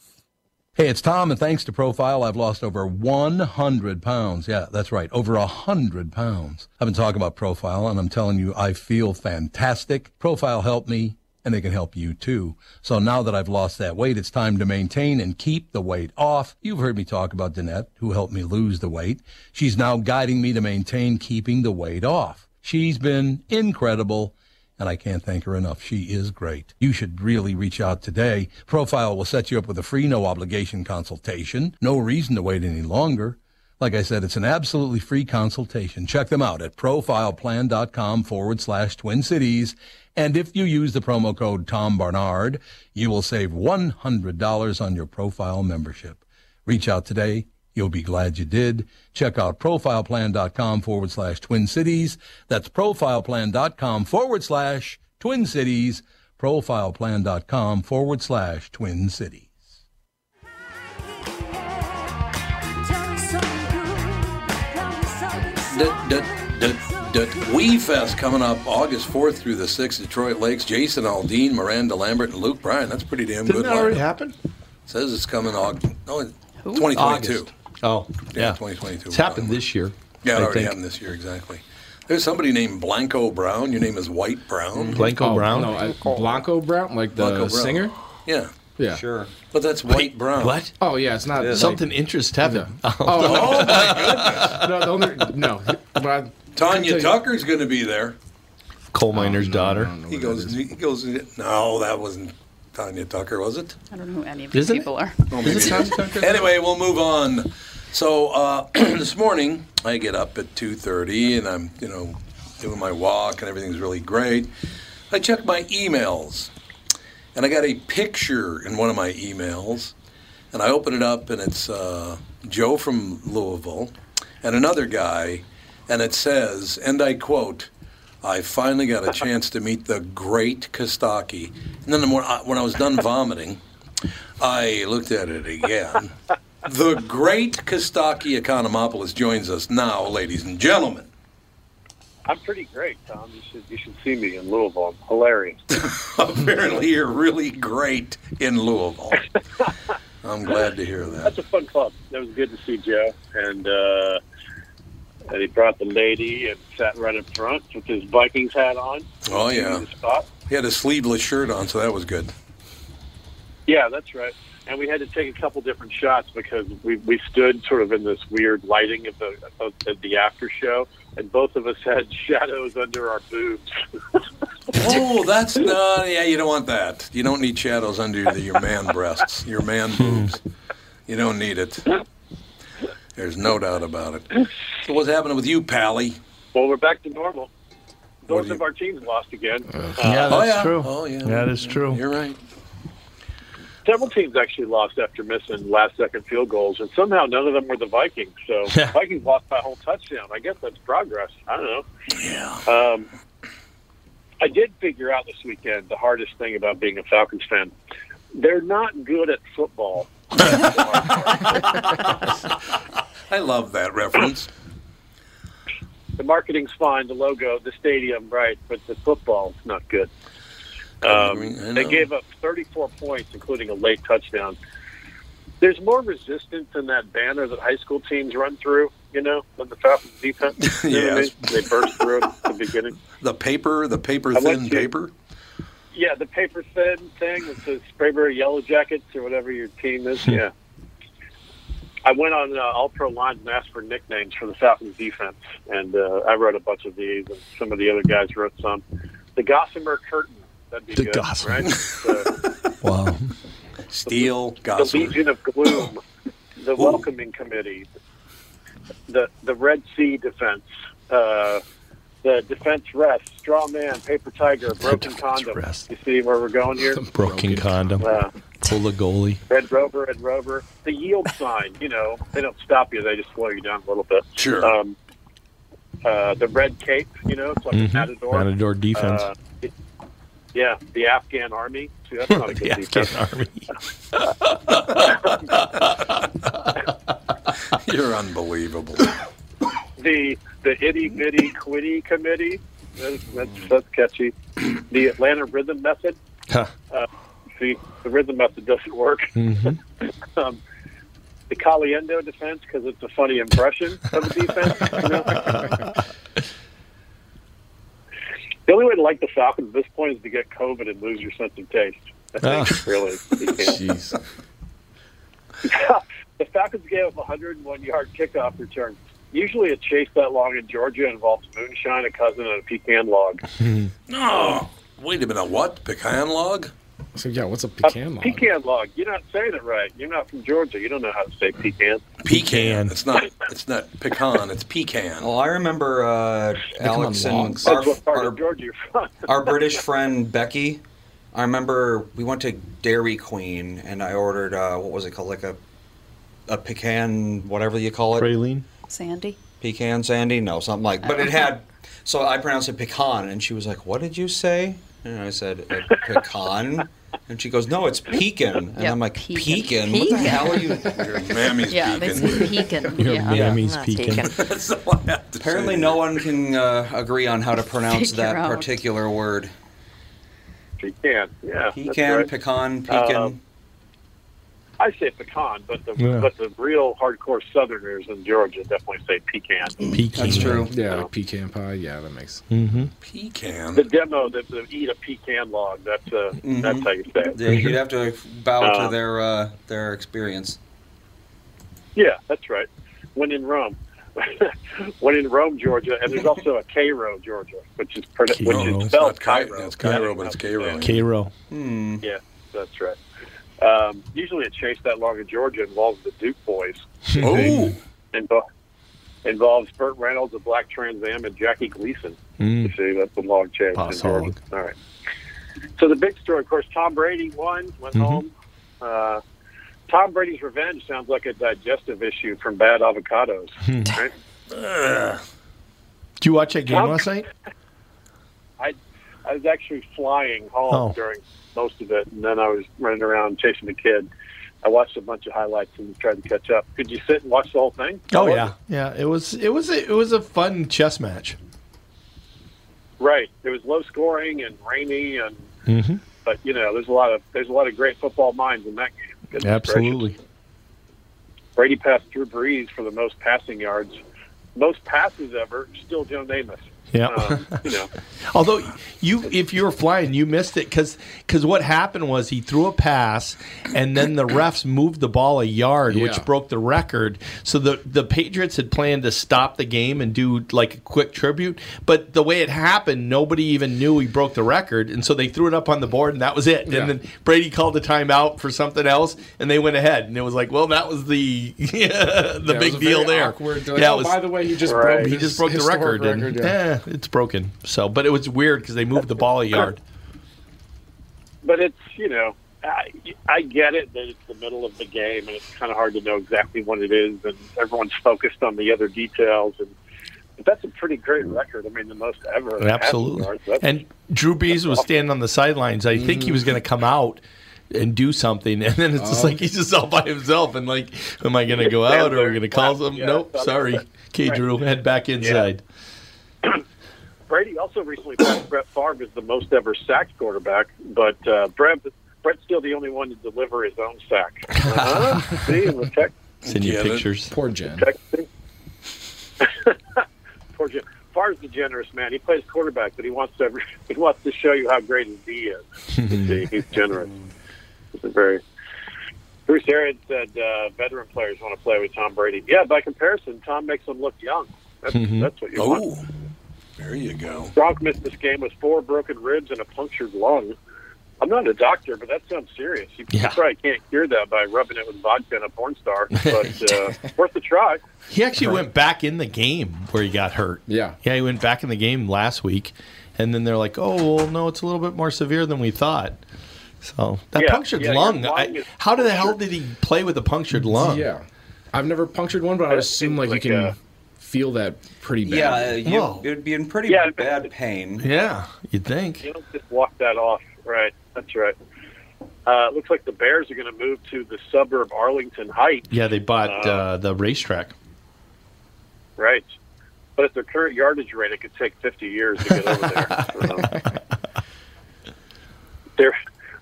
Speaker 1: Hey, it's Tom, and thanks to Profile, I've lost over 100 pounds. Yeah, that's right, over 100 pounds. I've been talking about Profile, and I'm telling you, I feel fantastic. Profile helped me, and it can help you too. So now that I've lost that weight, it's time to maintain and keep the weight off. You've heard me talk about Danette, who helped me lose the weight. She's now guiding me to maintain keeping the weight off. She's been incredible and I can't thank her enough. She is great. You should really reach out today. Profile will set you up with a free, no obligation consultation. No reason to wait any longer. Like I said, it's an absolutely free consultation. Check them out at profileplan.com forward slash twin cities. And if you use the promo code Tom Barnard, you will save $100 on your profile membership. Reach out today. You'll be glad you did. Check out profileplan.com forward slash twin cities. That's profileplan.com forward slash twin cities. Profileplan.com forward slash twin cities.
Speaker 8: Dut, dut, dut, dut. Wee Fest coming up August 4th through the 6th, Detroit Lakes. Jason Aldean, Miranda Lambert, and Luke Bryan. That's pretty damn
Speaker 6: Didn't
Speaker 8: good.
Speaker 6: that already
Speaker 8: lineup.
Speaker 6: happen?
Speaker 8: Says it's coming August. No, it- 2022.
Speaker 6: Oh,
Speaker 8: Yeah,
Speaker 6: yeah.
Speaker 8: 2022.
Speaker 6: It's happened this year.
Speaker 8: Yeah, it
Speaker 6: I
Speaker 8: already
Speaker 6: think.
Speaker 8: happened this year, exactly. There's somebody named Blanco Brown. Your name is White Brown.
Speaker 6: Blanco
Speaker 2: Oh,
Speaker 6: Brown.
Speaker 2: No, I, Blanco Brown, like the
Speaker 8: Blanco Brown.
Speaker 2: singer.
Speaker 8: Yeah.
Speaker 2: Yeah.
Speaker 9: Sure.
Speaker 8: But that's White Brown.
Speaker 6: What?
Speaker 2: Oh yeah, it's not
Speaker 9: Yeah.
Speaker 2: like-
Speaker 6: Something Ah, interest heaven.
Speaker 2: Oh, no, the only, no. But I,
Speaker 8: Tanya
Speaker 2: I'll tell you-
Speaker 8: Tucker's going to be there.
Speaker 6: Coal miner's daughter.
Speaker 8: He goes, he goes, no, that wasn't Tanya Tucker, was it?
Speaker 3: I don't know who any of these
Speaker 6: Isn't it?
Speaker 3: people are.
Speaker 8: No, maybe it is. Anyway, we'll move on. So uh, this morning, I get up at 2.30 and I'm, you know, doing my walk and everything's really great. I check my emails and I got a picture in one of my emails and I open it up and it's uh, Joe from Louisville and another guy and it says, and I quote, I finally got a chance to meet the great Kostaki. And then when I, when I was done vomiting, I looked at it again. the great Kostaki Economopoulos joins us now, ladies and gentlemen.
Speaker 10: I'm pretty great, Tom. You should you should see me in Louisville. I'm hilarious.
Speaker 8: Apparently, you're really great in Louisville. I'm glad to hear that.
Speaker 10: That's a fun club. That was good to see Joe, and uh, and he brought the lady and sat right up front with his Vikings hat on.
Speaker 8: Oh, yeah.
Speaker 10: In the spot.
Speaker 8: He had a sleeveless shirt on, so that was good.
Speaker 10: Yeah, that's right. And we had to take a couple different shots because we, we stood sort of in this weird lighting of the of, of the after show, and both of us had shadows under our boobs.
Speaker 8: Oh, that's uh, yeah. You don't want that. You don't need shadows under your, your man breasts, your man boobs. You don't need it. There's no doubt about it. So what's happening with you, Pally?
Speaker 10: Well, we're back to normal.
Speaker 1: What
Speaker 10: Both
Speaker 1: do you-
Speaker 10: of our teams lost again.
Speaker 6: yeah,
Speaker 1: oh,
Speaker 6: that's
Speaker 1: yeah.
Speaker 6: true.
Speaker 1: Oh, yeah.
Speaker 6: That is true.
Speaker 1: You're right.
Speaker 10: Several teams actually lost after missing last-second field goals, and somehow none of them were the Vikings. So Vikings lost by a whole touchdown. I guess that's progress. I don't know.
Speaker 1: Yeah.
Speaker 10: Um, I did figure out this weekend the hardest thing about being a Falcons fan. They're not good at football.
Speaker 1: I love that reference.
Speaker 10: The marketing's fine, the logo, the stadium, right, but the football's not good.
Speaker 1: I mean, I
Speaker 10: Um, they
Speaker 1: know.
Speaker 10: gave up 34 points, including a late touchdown. There's more resistance in that banner that high school teams run through, you know, than the Falcons defense. You know what I
Speaker 1: Yes.
Speaker 10: mean? They burst through it at the beginning.
Speaker 1: The paper, the paper
Speaker 10: I like
Speaker 1: thin
Speaker 10: you.
Speaker 1: paper.
Speaker 10: Yeah, the paper thin thing that says Sprayberry Yellow Jackets or whatever your team is.
Speaker 1: Hmm.
Speaker 10: Yeah. I went on uh, All Pro Lines and asked for nicknames for the Falcons defense, and uh, I wrote a bunch of these, and some of the other guys wrote some. The Gossamer Curtain. That'd be
Speaker 11: The
Speaker 10: good,
Speaker 11: Gossamer.
Speaker 10: right? The,
Speaker 11: Wow.
Speaker 1: Steel,
Speaker 10: the
Speaker 1: gossip.
Speaker 10: Legion of Gloom. The Welcoming Committee. The the Red Sea Defense. Uh, the Defense Rest. Straw Man. Paper Tiger. Broken
Speaker 6: Defense
Speaker 10: Condom.
Speaker 6: Rest.
Speaker 10: You see where we're going here?
Speaker 6: Broken condom.
Speaker 10: Uh,
Speaker 11: Pull the goalie.
Speaker 10: Red Rover, Red Rover. The yield sign, you know, they don't stop you, they just slow you down a little bit.
Speaker 1: Sure.
Speaker 10: Um, uh, the red cape, you know, it's like a matador.
Speaker 6: Mm-hmm. Matador defense.
Speaker 10: Uh, it- yeah, the Afghan army. See, that's not a
Speaker 6: the
Speaker 10: good
Speaker 6: Afghan
Speaker 10: defense.
Speaker 6: army.
Speaker 1: You're unbelievable.
Speaker 10: The the itty bitty quitty committee. That's, that's, that's catchy. The Atlanta rhythm method.
Speaker 6: Huh.
Speaker 10: See, the rhythm method doesn't work. um, the Caliendo defense because it's a funny impression of a defense. you know? the only way to like the Falcons at this point is to get COVID and lose your sense of taste. I think really. you can't.
Speaker 2: Jeez.
Speaker 10: the Falcons gave up 101 yard kickoff return. Usually, a chase that long in Georgia involves moonshine, a cousin, and a pecan log.
Speaker 1: No. Oh, Wait a minute. What? Pecan log?
Speaker 2: So yeah, what's a
Speaker 10: A
Speaker 2: pecan log?
Speaker 10: Oh, pecan log. You're not saying it right. You're not from Georgia. You don't know how to say pecan.
Speaker 1: Pecan. Oh. It's not. It's not pecan. It's pecan.
Speaker 5: Well, I remember uh, Alex
Speaker 2: on
Speaker 5: and
Speaker 2: logs.
Speaker 5: our,
Speaker 10: That's what part
Speaker 5: our,
Speaker 10: of Georgia you're from.
Speaker 5: our British friend Becky. I remember we went to Dairy Queen and I ordered uh, what was it called, like a a pecan, whatever you call it,
Speaker 6: Praline.
Speaker 3: Sandy.
Speaker 5: pecan sandy, no, something like. But
Speaker 3: Oh.
Speaker 5: it had, so I pronounced it pecan, and she was like, "What did you say?" And I said "A pecan, and she goes, "No, it's pecan," and
Speaker 3: Yeah,
Speaker 5: I'm like,
Speaker 3: pecan.
Speaker 5: "Pecan? What the
Speaker 3: Pecan.
Speaker 5: hell are you?
Speaker 1: Your mammy's
Speaker 3: Yeah, they
Speaker 1: pecan.
Speaker 3: say pecan.
Speaker 6: Your
Speaker 3: yeah.
Speaker 6: mammy's
Speaker 4: That's
Speaker 6: pecan.
Speaker 4: taken.
Speaker 1: That's all I have to say.
Speaker 5: Apparently, no one can uh, agree on how to pronounce
Speaker 3: Figure
Speaker 5: that
Speaker 3: out.
Speaker 5: particular word.
Speaker 10: Pecan, yeah. that's
Speaker 5: Pecan,
Speaker 10: right.
Speaker 5: pecan, pecan.
Speaker 10: Um, I say pecan, but the
Speaker 6: Yeah.
Speaker 10: but the real hardcore Southerners in Georgia definitely say pecan.
Speaker 6: Pecan.
Speaker 5: That's true.
Speaker 2: Yeah, like pecan pie. Yeah, that makes.
Speaker 10: The
Speaker 1: Pecan.
Speaker 10: demo that the eat a pecan log. That's uh, that's how you say it.
Speaker 5: They- You'd have to bow
Speaker 10: Uh,
Speaker 5: to their uh, their experience.
Speaker 10: Yeah, that's right. When in Rome. when in Rome, Georgia, and there's also a Cairo, Georgia, which is pro- which
Speaker 6: Cairo.
Speaker 10: is
Speaker 6: It's
Speaker 1: It's
Speaker 10: spelled
Speaker 1: not Cairo.
Speaker 10: Cairo.
Speaker 1: It's Cairo, but it's Cairo.
Speaker 6: Cairo. Mm-hmm.
Speaker 10: Yeah, that's right. Um, usually, a chase that long in Georgia involves the Duke boys.
Speaker 1: Oh,
Speaker 10: Invo- involves Burt Reynolds, a black Trans Am, and Jackie Gleason. You see, that's a long chase.
Speaker 6: Mm. Pass
Speaker 10: in Georgia.
Speaker 6: hog.
Speaker 10: All right. So the big story, of course, Tom Brady won, went
Speaker 6: Mm-hmm.
Speaker 10: home. Uh, Tom Brady's revenge sounds like a digestive issue from bad avocados.
Speaker 6: Hmm.
Speaker 10: right?
Speaker 6: Do you watch that game
Speaker 10: How-
Speaker 6: last night?
Speaker 10: I, I was actually flying home
Speaker 6: Oh.
Speaker 10: during most of it, and then I was running around chasing the kid. I watched a bunch of highlights and tried to catch up. Could you sit and watch the whole thing?
Speaker 6: Oh yeah, yeah. It was it was a, it was a fun chess match.
Speaker 10: Right. There was low scoring and rainy, and
Speaker 6: Mm-hmm.
Speaker 10: but you know, there's a lot of there's a lot of great football minds in that game. Goodness gracious. Brady passed Drew Brees for the most passing yards, most passes ever. Still Joe Namath.
Speaker 6: Yeah.
Speaker 10: Um, you know,
Speaker 6: Although you, if you were flying, you missed it because what happened was he threw a pass, and then the refs moved the ball a yard,
Speaker 2: Yeah.
Speaker 6: which broke the record. So the the Patriots had planned to stop the game and do like a quick tribute, but the way it happened, nobody even knew he broke the record, and so they threw it up on the board, and that was it.
Speaker 2: Yeah.
Speaker 6: And then Brady called a timeout for something else, and they went ahead, and it was like, well, that was the the
Speaker 2: Yeah, it was
Speaker 6: big
Speaker 2: a
Speaker 6: deal
Speaker 2: very
Speaker 6: there.
Speaker 2: awkward- they're like,
Speaker 6: Yeah, it
Speaker 2: "Oh,
Speaker 6: was-
Speaker 2: by the way, he just
Speaker 10: Right.
Speaker 2: broke
Speaker 6: he
Speaker 2: his
Speaker 6: just broke the
Speaker 2: historic
Speaker 6: record, and
Speaker 2: yeah.
Speaker 6: eh, it's broken. So, but it was weird because they moved the ball a yard.
Speaker 10: but it's you know I, I get it that it's the middle of the game and it's kind of hard to know exactly what it is and everyone's focused on the other details and but that's a pretty great record. I mean, the most ever. in passing
Speaker 6: Absolutely.
Speaker 10: yards. That's-
Speaker 6: And Drew Brees was standing on the sidelines. I think he was going to come out and do something, and then it's just like he's just all by himself. And like, am I going to go out or are we going to call them?
Speaker 10: Yeah,
Speaker 6: nope.
Speaker 10: that's-
Speaker 6: Sorry. Okay, Drew, head back inside.
Speaker 10: Brady also recently passed Brett Favre as the most ever sacked quarterback, but uh, Brett Brett's still the only one to deliver his own sack. Uh-huh. See, the tech,
Speaker 6: Send you
Speaker 1: Yeah, that-
Speaker 6: pictures.
Speaker 2: Poor Jen.
Speaker 10: tech thing. Poor Jim. Favre's a generous man. He plays quarterback, but he wants to he wants to show you how great his D is. See, he's generous. It's a very Bruce Arians said uh, veteran players want to play with Tom Brady. Yeah, by comparison, Tom makes them look young. That's, that's what you want.
Speaker 1: Oh, there you go.
Speaker 10: Gronk missed this game with four broken ribs and a punctured lung. I'm not a doctor, but that sounds serious. You, you
Speaker 6: Yeah.
Speaker 10: probably can't cure that by rubbing it with vodka and a porn star, but uh, worth a try.
Speaker 6: He actually went back in the game where he got hurt.
Speaker 2: Yeah.
Speaker 6: Yeah, he went back in the game last week, and then they're like, "Oh, well, no, it's a little bit more severe than we thought." So that
Speaker 10: Yeah,
Speaker 6: punctured
Speaker 10: yeah, your
Speaker 6: lung.
Speaker 10: lung
Speaker 6: I,
Speaker 10: is
Speaker 6: how the hell did he play with a punctured lung?
Speaker 2: Yeah, I've never punctured one, but I would assume like,
Speaker 10: like,
Speaker 2: you can
Speaker 10: uh,
Speaker 2: feel that pretty bad.
Speaker 5: Yeah, uh, you,
Speaker 6: Whoa.
Speaker 5: it'd be in pretty
Speaker 10: Yeah.
Speaker 5: bad pain.
Speaker 6: Yeah, you'd think.
Speaker 10: You don't just walk that off, right? That's right. Uh, it looks like the Bears are going to move to the suburb Arlington Heights,
Speaker 6: Yeah, they bought uh, the racetrack.
Speaker 10: right? But at their current yardage rate, it could take 50 years to get over there. Um, they're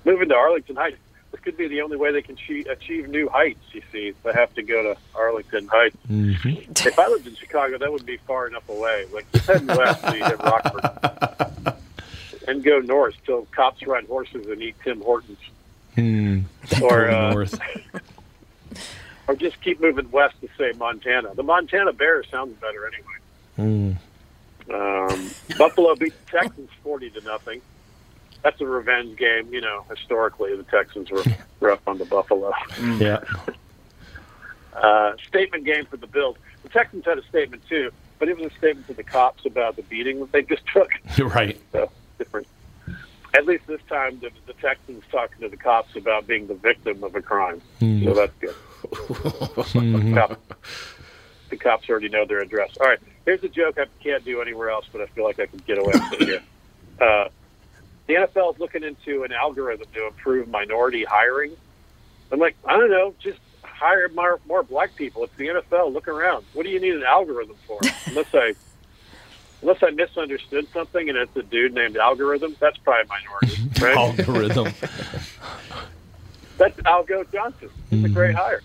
Speaker 10: moving to Arlington Heights. This could be the only way they can achieve, achieve new heights. You see, they have to go to Arlington Heights. If I lived in Chicago, that would be far enough away. Like just head west and you hit Rockford, and go north till cops ride horses and eat Tim Hortons, or uh,
Speaker 6: North.
Speaker 10: or just keep moving west to say Montana. The Montana Bears sounds better anyway. Um, Buffalo beat the Texans forty to nothing. That's a revenge game, you know. Historically, the Texans were rough on the Buffalo.
Speaker 6: Yeah.
Speaker 10: uh, statement game for the Bills. The Texans had a statement too, but it was a statement to the cops about the beating that they just took.
Speaker 6: You're right.
Speaker 10: So different. At least this time, the, the Texans talking to the cops about being the victim of a crime. So that's good. Cop- the cops already know their address. All right, here's a joke I can't do anywhere else, but I feel like I can get away with it here. Uh, the NFL is looking into an algorithm to improve minority hiring. I'm like, I don't know, just hire more, more black people. It's the NFL. Look around. What do you need an algorithm for? Unless I, unless I misunderstood something, and it's a dude named Algorithm. That's probably minority, right?
Speaker 6: Algorithm.
Speaker 10: That's Algo Johnson. He's a great hire.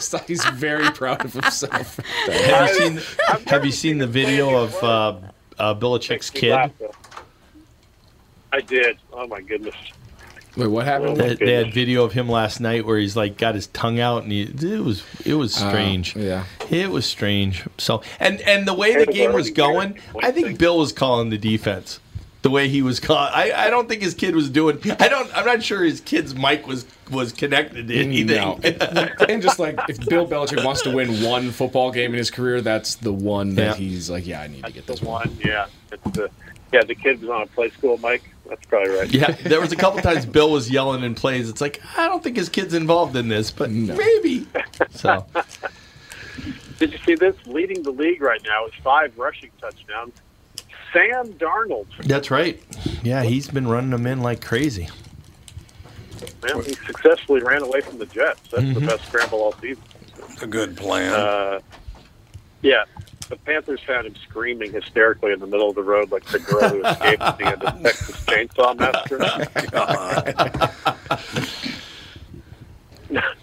Speaker 2: So he's very proud of himself.
Speaker 6: have you seen Have you seen the video of uh, uh, Belichick's kid?
Speaker 10: I did. Oh my goodness.
Speaker 2: Wait, what happened?
Speaker 6: They, they had video of him last night where he's like got his tongue out and he, it was it was strange.
Speaker 2: Uh, yeah.
Speaker 6: It was strange. So and and the way the game was going, I think Bill was calling the defense. The way he was calling, I, I don't think his kid was doing. I don't. I'm not sure his kid's mic was was connected to anything.
Speaker 2: Mm, No. and just like if Bill Belichick wants to win one football game in his career, that's the one that
Speaker 6: Yeah.
Speaker 2: he's like, yeah, I need to get
Speaker 10: The
Speaker 2: this one.
Speaker 10: one, yeah. It's the, yeah, the kid was on a play school mic. That's probably right.
Speaker 6: Yeah, there was a couple times Bill was yelling in plays. It's like I don't think his kid's involved in this, but maybe. So
Speaker 10: Did you see this? Leading the league right now with five rushing touchdowns. Sam Darnold.
Speaker 6: that's right. Yeah, he's been running them in like crazy.
Speaker 10: Man, he successfully ran away from the Jets. That's the best scramble all season.
Speaker 1: Mm-hmm. A good plan.
Speaker 10: Uh, yeah. The Panthers found him screaming hysterically in the middle of the road like the girl who escaped at the end of Texas Chainsaw
Speaker 1: Oh,
Speaker 10: Massacre.
Speaker 1: God.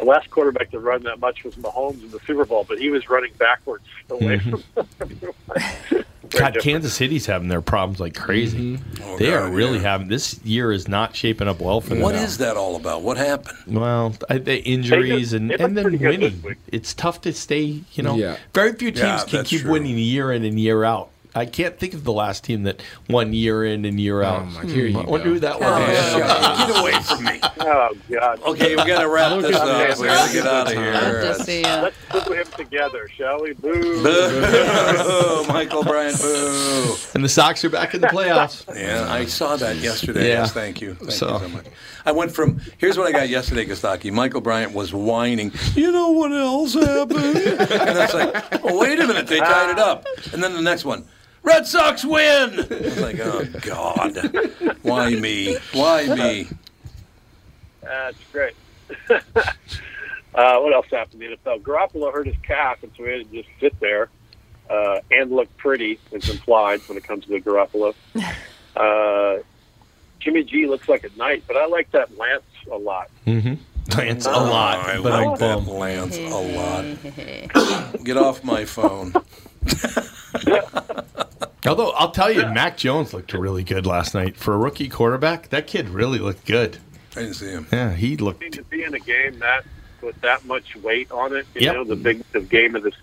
Speaker 10: The last quarterback to run that much was Mahomes in the Super Bowl, but he was running backwards away
Speaker 1: Mm-hmm.
Speaker 10: from
Speaker 6: God, Kansas City's having their problems like
Speaker 2: Mm-hmm.
Speaker 6: crazy. they
Speaker 1: Oh, God,
Speaker 6: are really
Speaker 1: yeah.
Speaker 6: having this year is not shaping up well for them.
Speaker 1: What is that all about? What happened?
Speaker 6: Well, I, the injuries and,
Speaker 10: they look
Speaker 6: and
Speaker 10: pretty
Speaker 6: then
Speaker 10: good this
Speaker 6: winning.
Speaker 10: week.
Speaker 6: It's tough to stay, you know.
Speaker 2: Yeah.
Speaker 6: Very few teams
Speaker 1: Yeah,
Speaker 6: can
Speaker 1: that's
Speaker 6: keep
Speaker 1: true.
Speaker 6: winning year in and year out. I can't think of the last team that won year in and year out. Hmm.
Speaker 2: my- here you
Speaker 6: I wonder who
Speaker 2: go.
Speaker 6: that was.
Speaker 1: Get away from me.
Speaker 10: Oh God.
Speaker 1: Okay, we got to wrap this up. We got to get out of
Speaker 3: Just
Speaker 1: here.
Speaker 3: the, uh,
Speaker 10: Let's put him together, shall we? Boo.
Speaker 1: Boo. Michael Bryant, boo.
Speaker 6: And the Sox are back in the playoffs.
Speaker 1: Yeah, I saw that yesterday.
Speaker 6: Yeah.
Speaker 1: Yes, thank you. Thank
Speaker 6: So-
Speaker 1: you so much. I went from here's what I got yesterday, Gustaki. Michael Bryant was whining. You know what else happened? and it's like, oh, wait a minute, they tied it up. And then the next one, Red Sox win. I was like, oh God, why me? Why me?
Speaker 10: That's great. uh, what else happened in the NFL? Garoppolo hurt his calf, and so he had to just sit there uh, and look pretty. It's implied when it comes to Garoppolo. Uh, Jimmy G looks like a knight, but I like that Lance a lot.
Speaker 6: It's a lot,
Speaker 1: I
Speaker 6: but
Speaker 1: like
Speaker 6: I'm
Speaker 1: that
Speaker 6: bummed.
Speaker 1: Lance a lot. Get off my phone.
Speaker 6: Although I'll tell you, Mac Jones looked really good last night for a rookie quarterback. That kid really looked good.
Speaker 1: I didn't see him.
Speaker 6: Yeah, he
Speaker 10: I mean,
Speaker 6: looked.
Speaker 10: to be in a game that with that much weight on it, you
Speaker 6: Yep.
Speaker 10: know, the big the game of this.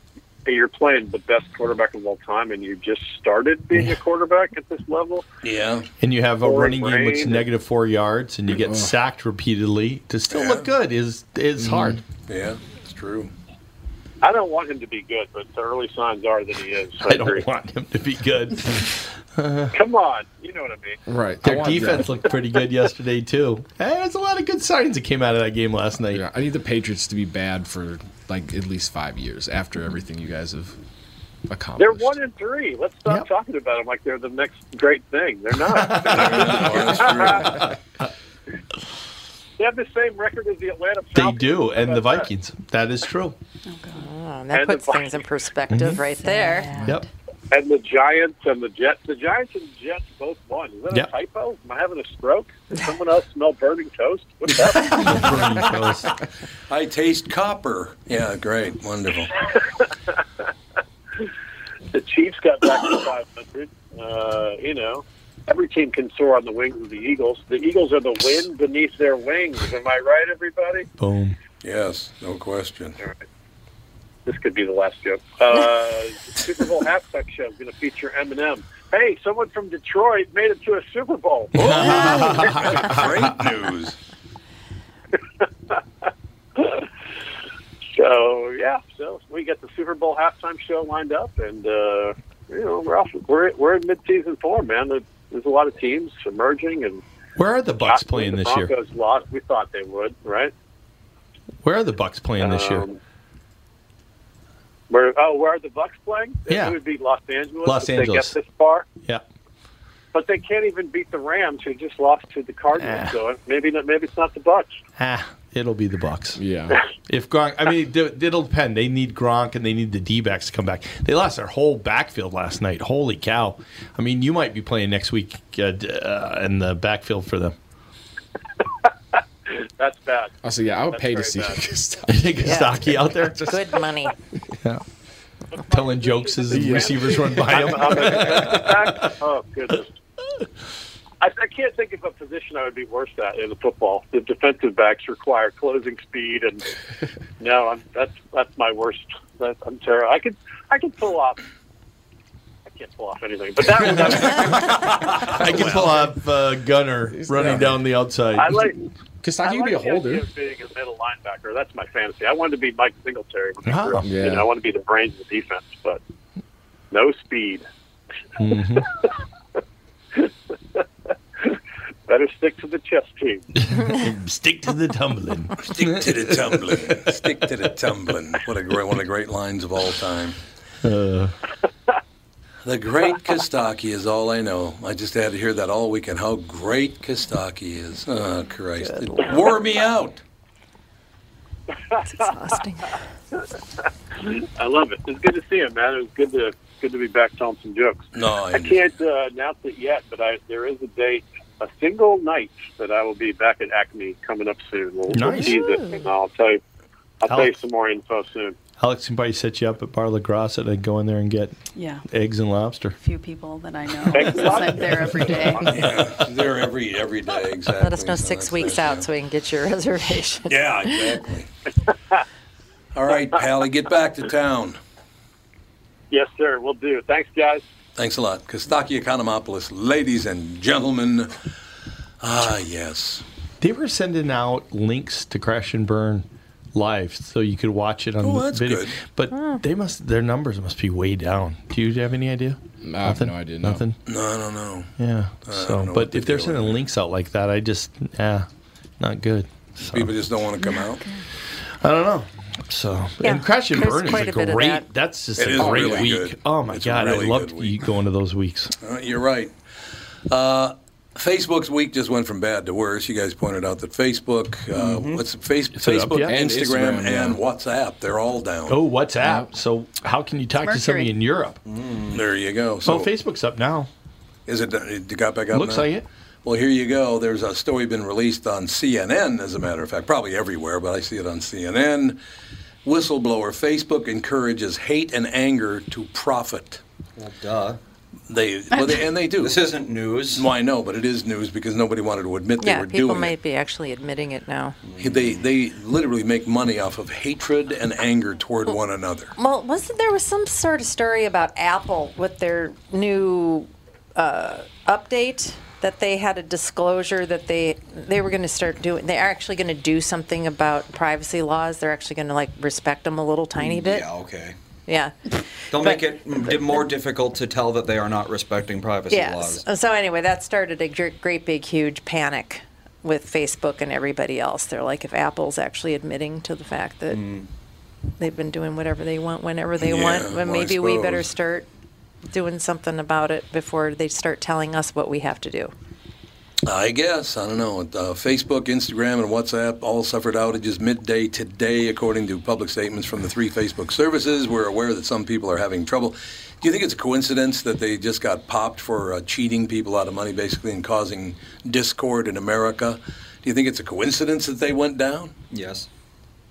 Speaker 10: You're playing the best quarterback of all time, and you just started being a quarterback at this level.
Speaker 1: Yeah.
Speaker 6: And you have a
Speaker 10: Or
Speaker 6: running game which
Speaker 10: brain.
Speaker 6: negative four yards, and you get sacked repeatedly to still look good is
Speaker 2: Mm.
Speaker 6: is hard.
Speaker 1: Yeah. It's true.
Speaker 10: I don't want him to be good, but the early signs are that he is. So
Speaker 6: I
Speaker 10: agree.
Speaker 6: don't want him to be good.
Speaker 10: Come on, you know what I mean.
Speaker 2: Right. I
Speaker 6: Their
Speaker 2: want that.
Speaker 6: defense looked pretty good yesterday too. Hey, There's a lot of good signs that came out of that game last night.
Speaker 2: Yeah, I need the Patriots to be bad for like at least five years after everything you guys have accomplished.
Speaker 10: They're one and three. Let's stop
Speaker 6: Yep.
Speaker 10: talking about them like they're the next great thing. They're not.
Speaker 1: That's true.
Speaker 10: they have the same record as the Atlanta.
Speaker 6: They
Speaker 10: Falcons.
Speaker 6: do,
Speaker 10: How
Speaker 6: and the
Speaker 10: about that?
Speaker 6: Vikings. That is true.
Speaker 4: Oh, and that
Speaker 10: And the
Speaker 4: puts things in perspective right there.
Speaker 6: Yep.
Speaker 10: and the Giants and the Jets. The Giants and Jets both won. Is that
Speaker 6: Yep.
Speaker 10: a typo? Am I having a stroke? Did someone else smell burning toast? What's happening?
Speaker 6: Burning toast.
Speaker 1: I taste copper. Yeah, great. Wonderful.
Speaker 10: the Chiefs got back to 500. Uh, you know, every team can soar on the wings of the Eagles. The Eagles are the wind beneath their wings. Am I right, everybody?
Speaker 6: Boom.
Speaker 1: Yes, no question.
Speaker 10: This could be the last joke. Uh, Super Bowl halftime show is going to feature Eminem. Hey, someone from Detroit made it to a Super Bowl.
Speaker 1: Great news.
Speaker 10: So yeah, so we got the Super Bowl halftime show lined up, and uh, you know we're off, we're we're in midseason form, man. There- There's a lot of teams emerging, and
Speaker 6: Where are the Bucks playing
Speaker 10: the
Speaker 6: this year?
Speaker 10: Broncos lost. We thought they would, right?
Speaker 6: Where are the Bucks playing this year?
Speaker 10: Um, Where oh, where are the Bucks playing?
Speaker 6: Yeah.
Speaker 10: it would be Los Angeles.
Speaker 6: Los
Speaker 10: if
Speaker 6: Angeles.
Speaker 10: They get this far,
Speaker 6: Yeah.
Speaker 10: but they can't even beat the Rams, who just lost to the Cardinals.
Speaker 6: Ah.
Speaker 10: So maybe not, maybe it's not the Bucks.
Speaker 6: Ah, it'll be the Bucks.
Speaker 2: Yeah.
Speaker 6: If Gronk, I mean, it- it'll depend. They need Gronk and they need the D backs to come back. They lost their whole backfield last night. Holy cow! I mean, you might be playing next week uh, d- uh, in the backfield for them.
Speaker 10: That's bad.
Speaker 2: Also, yeah, I would
Speaker 10: That's
Speaker 2: pay to
Speaker 10: very
Speaker 2: see
Speaker 10: bad.
Speaker 2: Gustav.
Speaker 6: Take Gostocki out there, just
Speaker 4: Good money.
Speaker 6: telling jokes as the receivers run by him.
Speaker 10: I'm gonna get back. Oh goodness. I, I can't think of a position I would be worse at in football. The defensive backs require closing speed, and no, I'm, that's that's my worst. That, I'm terrible. I could I could pull off. I can't pull off anything, but that one, I,
Speaker 6: I can pull off uh, Gunner running down the outside.
Speaker 10: I like.
Speaker 2: Gustav,
Speaker 10: I
Speaker 2: you could
Speaker 10: like
Speaker 2: be a
Speaker 10: the idea
Speaker 2: holder.
Speaker 10: of being a middle linebacker. That's my fantasy. I wanted to be Mike Singletary. When
Speaker 6: Uh-huh.
Speaker 10: I grew up.
Speaker 2: Yeah.
Speaker 10: You know, I want to be the brains of the defense, but no speed.
Speaker 6: Mm-hmm.
Speaker 10: Better stick to the chess team.
Speaker 6: Stick to the tumbling.
Speaker 1: Stick to the tumbling. Stick to the tumbling. What a great one of the great lines of all time. The great Kostaki is all I know. I just had to hear that all weekend. How great Kostaki is! Oh Christ, it wore me out.
Speaker 4: It's exhausting.
Speaker 10: I love it. It's good to see him, man. It was good to good to be back telling some jokes.
Speaker 1: No, I,
Speaker 10: I can't uh, announce it yet, but I, there is a date, a single night that I will be back at Acme coming up soon. We'll, we'll
Speaker 6: Nice.
Speaker 10: tease it, and I'll tell you. I'll tell you
Speaker 6: Alex.
Speaker 10: some more info soon.
Speaker 6: Alex can probably set you up at Bar La Grasse and go in there and get
Speaker 3: Yeah.
Speaker 6: eggs and lobster.
Speaker 3: Few people that I know
Speaker 10: Thanks a
Speaker 3: since
Speaker 10: lot.
Speaker 3: I'm there every day.
Speaker 1: yeah, they're every every day. Exactly.
Speaker 4: Let us know
Speaker 1: So
Speaker 4: six
Speaker 1: that's
Speaker 4: weeks
Speaker 1: nice,
Speaker 4: out
Speaker 1: yeah.
Speaker 4: so we can get your reservation.
Speaker 1: Yeah, exactly. All right, Pally, get back to town.
Speaker 10: Yes, sir. We'll do. Thanks, guys.
Speaker 1: Thanks a lot. Kostaki Economopoulos, ladies and gentlemen. Ah, yes.
Speaker 6: They were sending out links to Crash and Burn live so you could watch it on
Speaker 1: Oh,
Speaker 6: the
Speaker 1: that's
Speaker 6: video.
Speaker 1: good.
Speaker 6: But they must their numbers must be way down. Do you have any idea?
Speaker 2: I have no idea, no.
Speaker 6: Nothing.
Speaker 1: No, I don't know.
Speaker 6: Yeah.
Speaker 1: don't know
Speaker 6: so,
Speaker 1: what
Speaker 6: but
Speaker 1: they're
Speaker 6: if they're
Speaker 1: doing.
Speaker 6: sending links out like that, I just yeah, not good. So,
Speaker 1: People just don't want to come out.
Speaker 6: I don't know. So
Speaker 4: Yeah,
Speaker 6: and Crash and
Speaker 4: there's
Speaker 6: Burn is
Speaker 4: quite
Speaker 6: a
Speaker 4: a bit of
Speaker 6: great.
Speaker 4: that.
Speaker 6: That's just
Speaker 1: It is
Speaker 6: a great
Speaker 1: really
Speaker 6: week.
Speaker 1: good.
Speaker 6: Oh my
Speaker 1: It's a
Speaker 6: god,
Speaker 1: really
Speaker 6: I loved
Speaker 1: good week.
Speaker 6: you going to those weeks.
Speaker 1: Uh, you're right. Uh, Facebook's week just went from bad to worse. You guys pointed out that Facebook, uh,
Speaker 4: Mm-hmm.
Speaker 1: what's face,
Speaker 6: it up
Speaker 1: Facebook,
Speaker 6: yet?
Speaker 2: And
Speaker 1: Instagram,
Speaker 2: Instagram,
Speaker 1: and,
Speaker 2: yeah.
Speaker 1: WhatsApp, they're all down.
Speaker 6: Oh, what's up? So how can you talk to somebody
Speaker 3: Mercury.
Speaker 6: in Europe?
Speaker 1: There you go. Mm. So
Speaker 6: Oh, Facebook's up now.
Speaker 1: is it, it got back up?
Speaker 6: Looks
Speaker 1: now?
Speaker 6: like it.
Speaker 1: Well, here you go. There's a story been released on CNN, as a matter of fact, probably everywhere, but I see it on CNN. Whistleblower Facebook encourages hate and anger to profit.
Speaker 5: Well, duh.
Speaker 1: They, well, they and they do.
Speaker 5: This isn't news.
Speaker 1: Well, I know, but it is news because nobody wanted to admit they
Speaker 4: Yeah,
Speaker 1: were
Speaker 4: people
Speaker 1: doing
Speaker 4: might
Speaker 1: it.
Speaker 4: be actually admitting it now.
Speaker 1: They they literally make money off of hatred and anger toward one another.
Speaker 4: Well, wasn't there was some sort of story about Apple with their new uh, update that they had a disclosure that they they were going to start doing. They're actually going to do something about privacy laws. They're actually going to like respect them a little
Speaker 1: Mm,
Speaker 4: tiny bit.
Speaker 5: Yeah, okay.
Speaker 4: Yeah.
Speaker 5: They'll
Speaker 4: But-
Speaker 5: make it m- di- more difficult to tell that they are not respecting privacy
Speaker 4: Yeah.
Speaker 3: Uh,
Speaker 5: laws.
Speaker 4: Uh, So anyway, that started a gr- great big huge panic with Facebook and everybody else. They're like, if Apple's actually admitting to the fact that they've been doing whatever they want whenever they
Speaker 1: Mm. Yeah,
Speaker 4: want,
Speaker 1: well, I
Speaker 4: well, maybe we better
Speaker 1: suppose.
Speaker 4: start doing something about it before they start telling us what we have to do.
Speaker 1: I guess I don't know. Uh, Facebook, Instagram, and WhatsApp all suffered outages midday today, according to public statements from the three Facebook services. We're aware that some people are having trouble. Do you think it's a coincidence that they just got popped for uh, cheating people out of money, basically, and causing discord in America? Do you think it's a coincidence that they went down?
Speaker 5: Yes.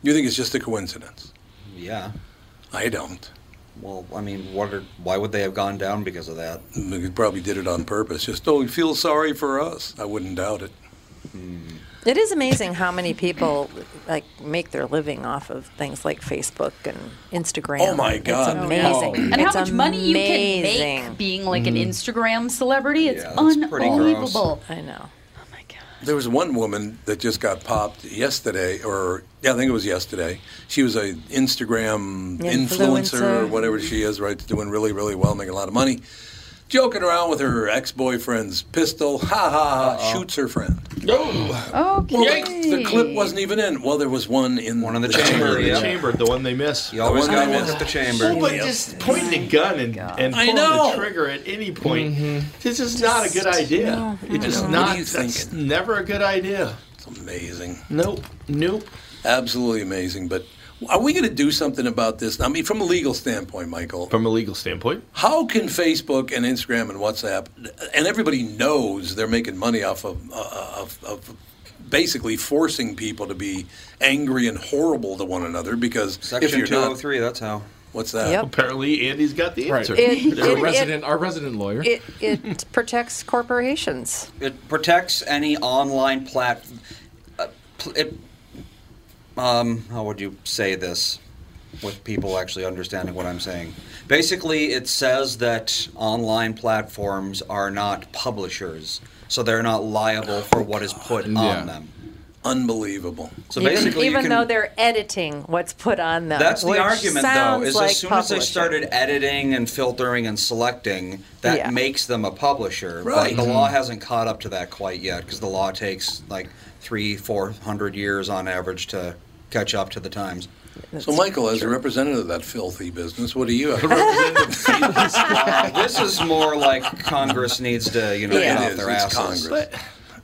Speaker 1: You think it's just a coincidence?
Speaker 5: Yeah.
Speaker 1: I don't.
Speaker 5: Well, I mean, what are, why would they have gone down because of that?
Speaker 1: They probably did it on purpose. Just oh, you feel sorry for us. I wouldn't doubt it.
Speaker 4: It is amazing how many people like make their living off of things like Facebook and Instagram.
Speaker 1: Oh, my God.
Speaker 4: It's amazing.
Speaker 3: And how
Speaker 4: It's
Speaker 3: much money you can
Speaker 4: amazing.
Speaker 3: make being like an Instagram celebrity? It's
Speaker 5: Mm. Yeah, that's pretty gross.
Speaker 3: unbelievable.
Speaker 4: I know.
Speaker 3: Oh my god.
Speaker 1: There was one woman that just got popped yesterday, or yeah, I think it was yesterday. She was a Instagram influencer, or
Speaker 4: Influencer.
Speaker 1: whatever she is, right? Doing really, really well, making a lot of money. Joking around with her ex boyfriend's pistol, ha ha ha, shoots her friend.
Speaker 3: Okay.
Speaker 1: Well, the, the clip wasn't even in. Well, there was one in
Speaker 5: One in the chamber,
Speaker 1: yeah.
Speaker 5: yeah.
Speaker 6: Chamber, the one they miss.
Speaker 5: You always
Speaker 1: I
Speaker 5: got
Speaker 1: wonder-
Speaker 5: one at the chamber.
Speaker 6: Oh, but just pointing a gun and, and
Speaker 1: I
Speaker 6: pulling
Speaker 1: know.
Speaker 6: the trigger at any point, this is not a good idea. It's just
Speaker 1: What
Speaker 6: not.
Speaker 1: are you
Speaker 6: That's
Speaker 1: thinking?
Speaker 6: never a good idea.
Speaker 1: It's amazing.
Speaker 6: Nope. Nope.
Speaker 1: Absolutely amazing. But are we going to do something about this? I mean, from a legal standpoint, Michael,
Speaker 6: From a legal standpoint,
Speaker 1: how can Facebook and Instagram and WhatsApp, and everybody knows they're making money off of, uh, of, of basically forcing people to be angry and horrible to one another because if
Speaker 5: Section
Speaker 1: you're
Speaker 6: oh
Speaker 1: not,
Speaker 5: 203, that's how.
Speaker 1: what's that?
Speaker 4: Yep.
Speaker 6: apparently Andy's got the
Speaker 2: Right.
Speaker 6: answer.
Speaker 4: It-
Speaker 2: Our
Speaker 4: it-
Speaker 2: resident, our resident lawyer.
Speaker 4: it, it protects corporations.
Speaker 5: It protects any online platform. Uh, pl- it, um, how would you say this with people actually understanding what I'm saying? Basically, it says that online platforms are not publishers, so they're not liable for what is put
Speaker 2: Yeah.
Speaker 5: on them.
Speaker 1: Unbelievable.
Speaker 5: So
Speaker 4: even
Speaker 5: basically, you
Speaker 4: even
Speaker 5: can-
Speaker 4: though they're editing what's put on them.
Speaker 5: That's
Speaker 4: which
Speaker 5: the argument, though,
Speaker 4: sounds
Speaker 5: is
Speaker 4: like
Speaker 5: as soon as they
Speaker 4: publishing.
Speaker 5: started editing and filtering and selecting, that
Speaker 4: Yeah. Mm-hmm.
Speaker 5: makes them a publisher.
Speaker 1: Right.
Speaker 5: But the law hasn't caught up to that quite yet because the law takes like three, four hundred years on average to catch up to the times.
Speaker 1: so, Michael, as a representative of that filthy business, what do you have?
Speaker 5: Uh, this is more like Congress needs to, you know,
Speaker 4: Yeah.
Speaker 5: get
Speaker 1: It
Speaker 5: off
Speaker 1: is.
Speaker 5: their
Speaker 1: It's
Speaker 5: asses.
Speaker 1: Congress.
Speaker 6: But-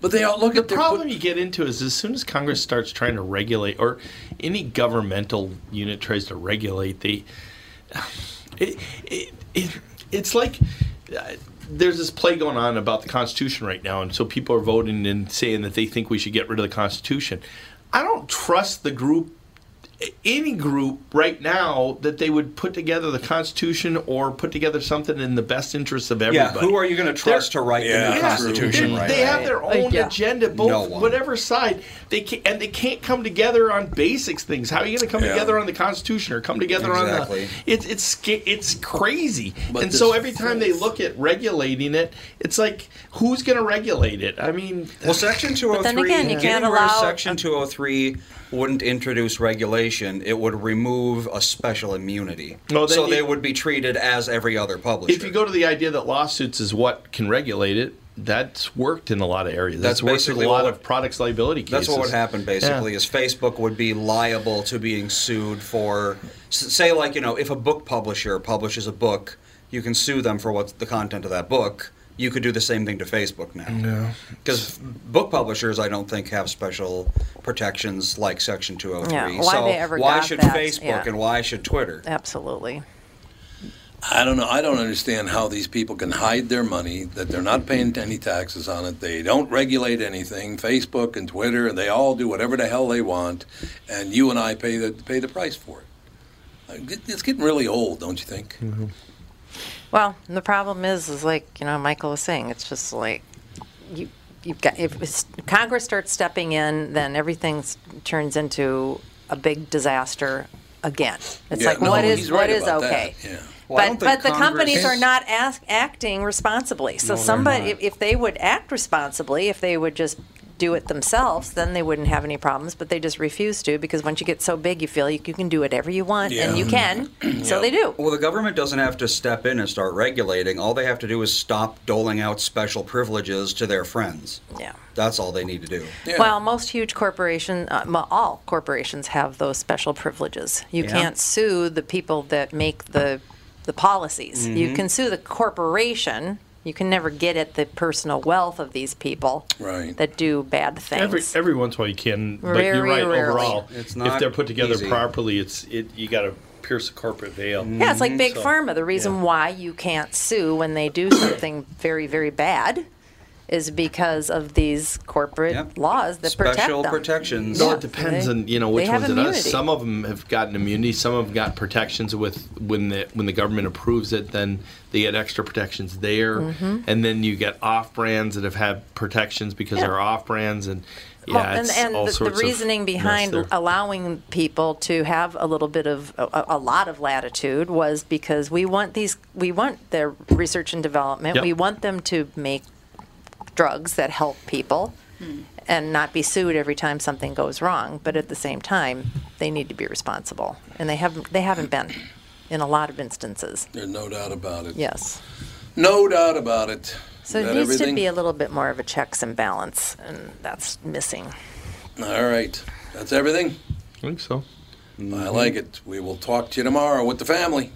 Speaker 1: But they all look at
Speaker 6: the
Speaker 1: their
Speaker 6: problem you get into is as soon as Congress starts trying to regulate, or any governmental unit tries to regulate, they it, it, it, it's like uh, there's this play going on about the Constitution right now, and so people are voting and saying that they think we should get rid of the Constitution. I don't trust the group any group right now that they would put together the Constitution or put together something in the best interest of
Speaker 5: Yeah,
Speaker 6: everybody.
Speaker 5: who are you going to trust to write the
Speaker 1: Yeah,
Speaker 5: new
Speaker 1: true.
Speaker 5: Constitution?
Speaker 6: They-
Speaker 5: right
Speaker 6: They
Speaker 5: now?
Speaker 6: have their own
Speaker 4: yeah.
Speaker 6: agenda,
Speaker 5: No
Speaker 6: both
Speaker 5: one.
Speaker 6: whatever side they can, and they can't come together on basics things. How are you going to come
Speaker 1: Yeah.
Speaker 6: together on the Constitution or come together
Speaker 5: Exactly.
Speaker 6: on the? It's it's sca- it's crazy.
Speaker 1: But
Speaker 6: and so
Speaker 1: this
Speaker 6: every time they look at regulating it, it's like who's going to regulate it? I mean,
Speaker 5: Well, Section 203,
Speaker 4: then again, you
Speaker 5: getting
Speaker 4: can't
Speaker 5: rid of
Speaker 4: allow-
Speaker 5: Section 203 wouldn't introduce regulation. It would remove a special immunity.
Speaker 6: No, then
Speaker 5: so
Speaker 6: you-
Speaker 5: they would be treated as every other publisher.
Speaker 6: if you go to the idea that lawsuits is what can regulate it. That's worked in a lot of areas.
Speaker 5: That's
Speaker 6: That's, worked in
Speaker 5: basically
Speaker 6: a lot
Speaker 5: what-
Speaker 6: of products liability cases.
Speaker 5: That's what would happen basically
Speaker 6: Yeah.
Speaker 5: is Facebook would be liable to being sued for s- say like you know if a book publisher publishes a book you can sue them for what's the content of that book you could do the same thing to Facebook now because book publishers I don't think have special protections like section 203
Speaker 4: Yeah, why
Speaker 5: so
Speaker 4: they ever
Speaker 5: why
Speaker 4: got
Speaker 5: should
Speaker 4: that,
Speaker 5: Facebook
Speaker 4: yeah.
Speaker 5: and why should Twitter
Speaker 4: Absolutely.
Speaker 1: I don't know. I don't understand how these people can hide their money that they're not paying any taxes on it. They don't regulate anything. Facebook and Twitter, and they all do whatever the hell they want, and you and I pay the pay the price for it. Uh, it- It's getting really old, don't you think?
Speaker 4: Well, and the problem is, is like you know, Michael was saying, it's just like you you've got if it's- Congress starts stepping in, then everything s- turns into a big disaster again. It's
Speaker 1: Yeah,
Speaker 4: like
Speaker 1: no,
Speaker 4: what
Speaker 1: he's
Speaker 4: is
Speaker 1: right
Speaker 4: what is
Speaker 1: about that,
Speaker 4: okay.
Speaker 1: yeah.
Speaker 5: Well, I don't
Speaker 4: but but
Speaker 5: think
Speaker 4: the companies
Speaker 5: Congress-
Speaker 4: are not ask, acting responsibly. So somebody, if, if they would act responsibly, if they would just do it themselves, then they wouldn't have any problems. But they just refuse to because once you get so big, you feel you, you can do whatever you want,
Speaker 1: Yeah.
Speaker 4: and you can.
Speaker 1: Yep.
Speaker 4: So they do.
Speaker 5: Well, the government doesn't have to step in and start regulating. All they have to do is stop doling out special privileges to their friends.
Speaker 4: Yeah.
Speaker 5: That's all they need to do.
Speaker 1: Yeah.
Speaker 4: Well, most huge corporations, uh, mo- all corporations have those special privileges. You can't sue the people that make the the policies. You can sue the corporation. You can never get at the personal wealth of these people
Speaker 1: Right.
Speaker 4: that do bad things.
Speaker 6: Every every once in a while you can, but you're
Speaker 4: Very
Speaker 6: right.
Speaker 4: rarely.
Speaker 6: Overall,
Speaker 5: It's not
Speaker 6: if they're put together
Speaker 5: easy. Mm.
Speaker 6: properly, it's it you got to pierce the corporate veil.
Speaker 4: yeah, it's like big
Speaker 6: So,
Speaker 4: pharma. The reason
Speaker 6: yeah.
Speaker 4: why you can't sue when they do something very, very bad is because of these corporate
Speaker 5: Yep.
Speaker 4: laws that
Speaker 5: Special
Speaker 4: protect them.
Speaker 5: protections.
Speaker 6: No,
Speaker 4: Yeah.
Speaker 6: it depends
Speaker 4: They-
Speaker 6: on you know
Speaker 4: they
Speaker 6: which
Speaker 4: have
Speaker 6: ones it
Speaker 4: immunity.
Speaker 6: is. Some of them have gotten immunity. Some of them got protections with when the when the government approves it, then they get extra protections there,
Speaker 4: Mm-hmm.
Speaker 6: and then you get off brands that have had protections because
Speaker 4: Yeah.
Speaker 6: they're off brands, and yeah,
Speaker 4: Well, and,
Speaker 6: it's
Speaker 4: and
Speaker 6: all
Speaker 4: the, the
Speaker 6: sorts of
Speaker 4: reasoning
Speaker 6: mess
Speaker 4: behind
Speaker 6: there.
Speaker 4: allowing people to have a little bit of a, a- a lot of latitude was because we want these, we want their research and development.
Speaker 6: Yep.
Speaker 4: We want them to make drugs that help people
Speaker 1: Hmm.
Speaker 4: and not be sued every time something goes wrong. But at the same time, they need to be responsible, and they haven't. They haven't been in a lot of instances.
Speaker 1: There's no doubt about it.
Speaker 4: Yes.
Speaker 1: No doubt about it.
Speaker 4: So
Speaker 1: Is
Speaker 4: it
Speaker 1: that
Speaker 4: needs
Speaker 1: everything?
Speaker 4: to be a little bit more of a checks and balance, and that's missing.
Speaker 1: All right. That's everything.
Speaker 6: I think so.
Speaker 4: Mm-hmm.
Speaker 1: I like it. We will talk to you tomorrow with the family.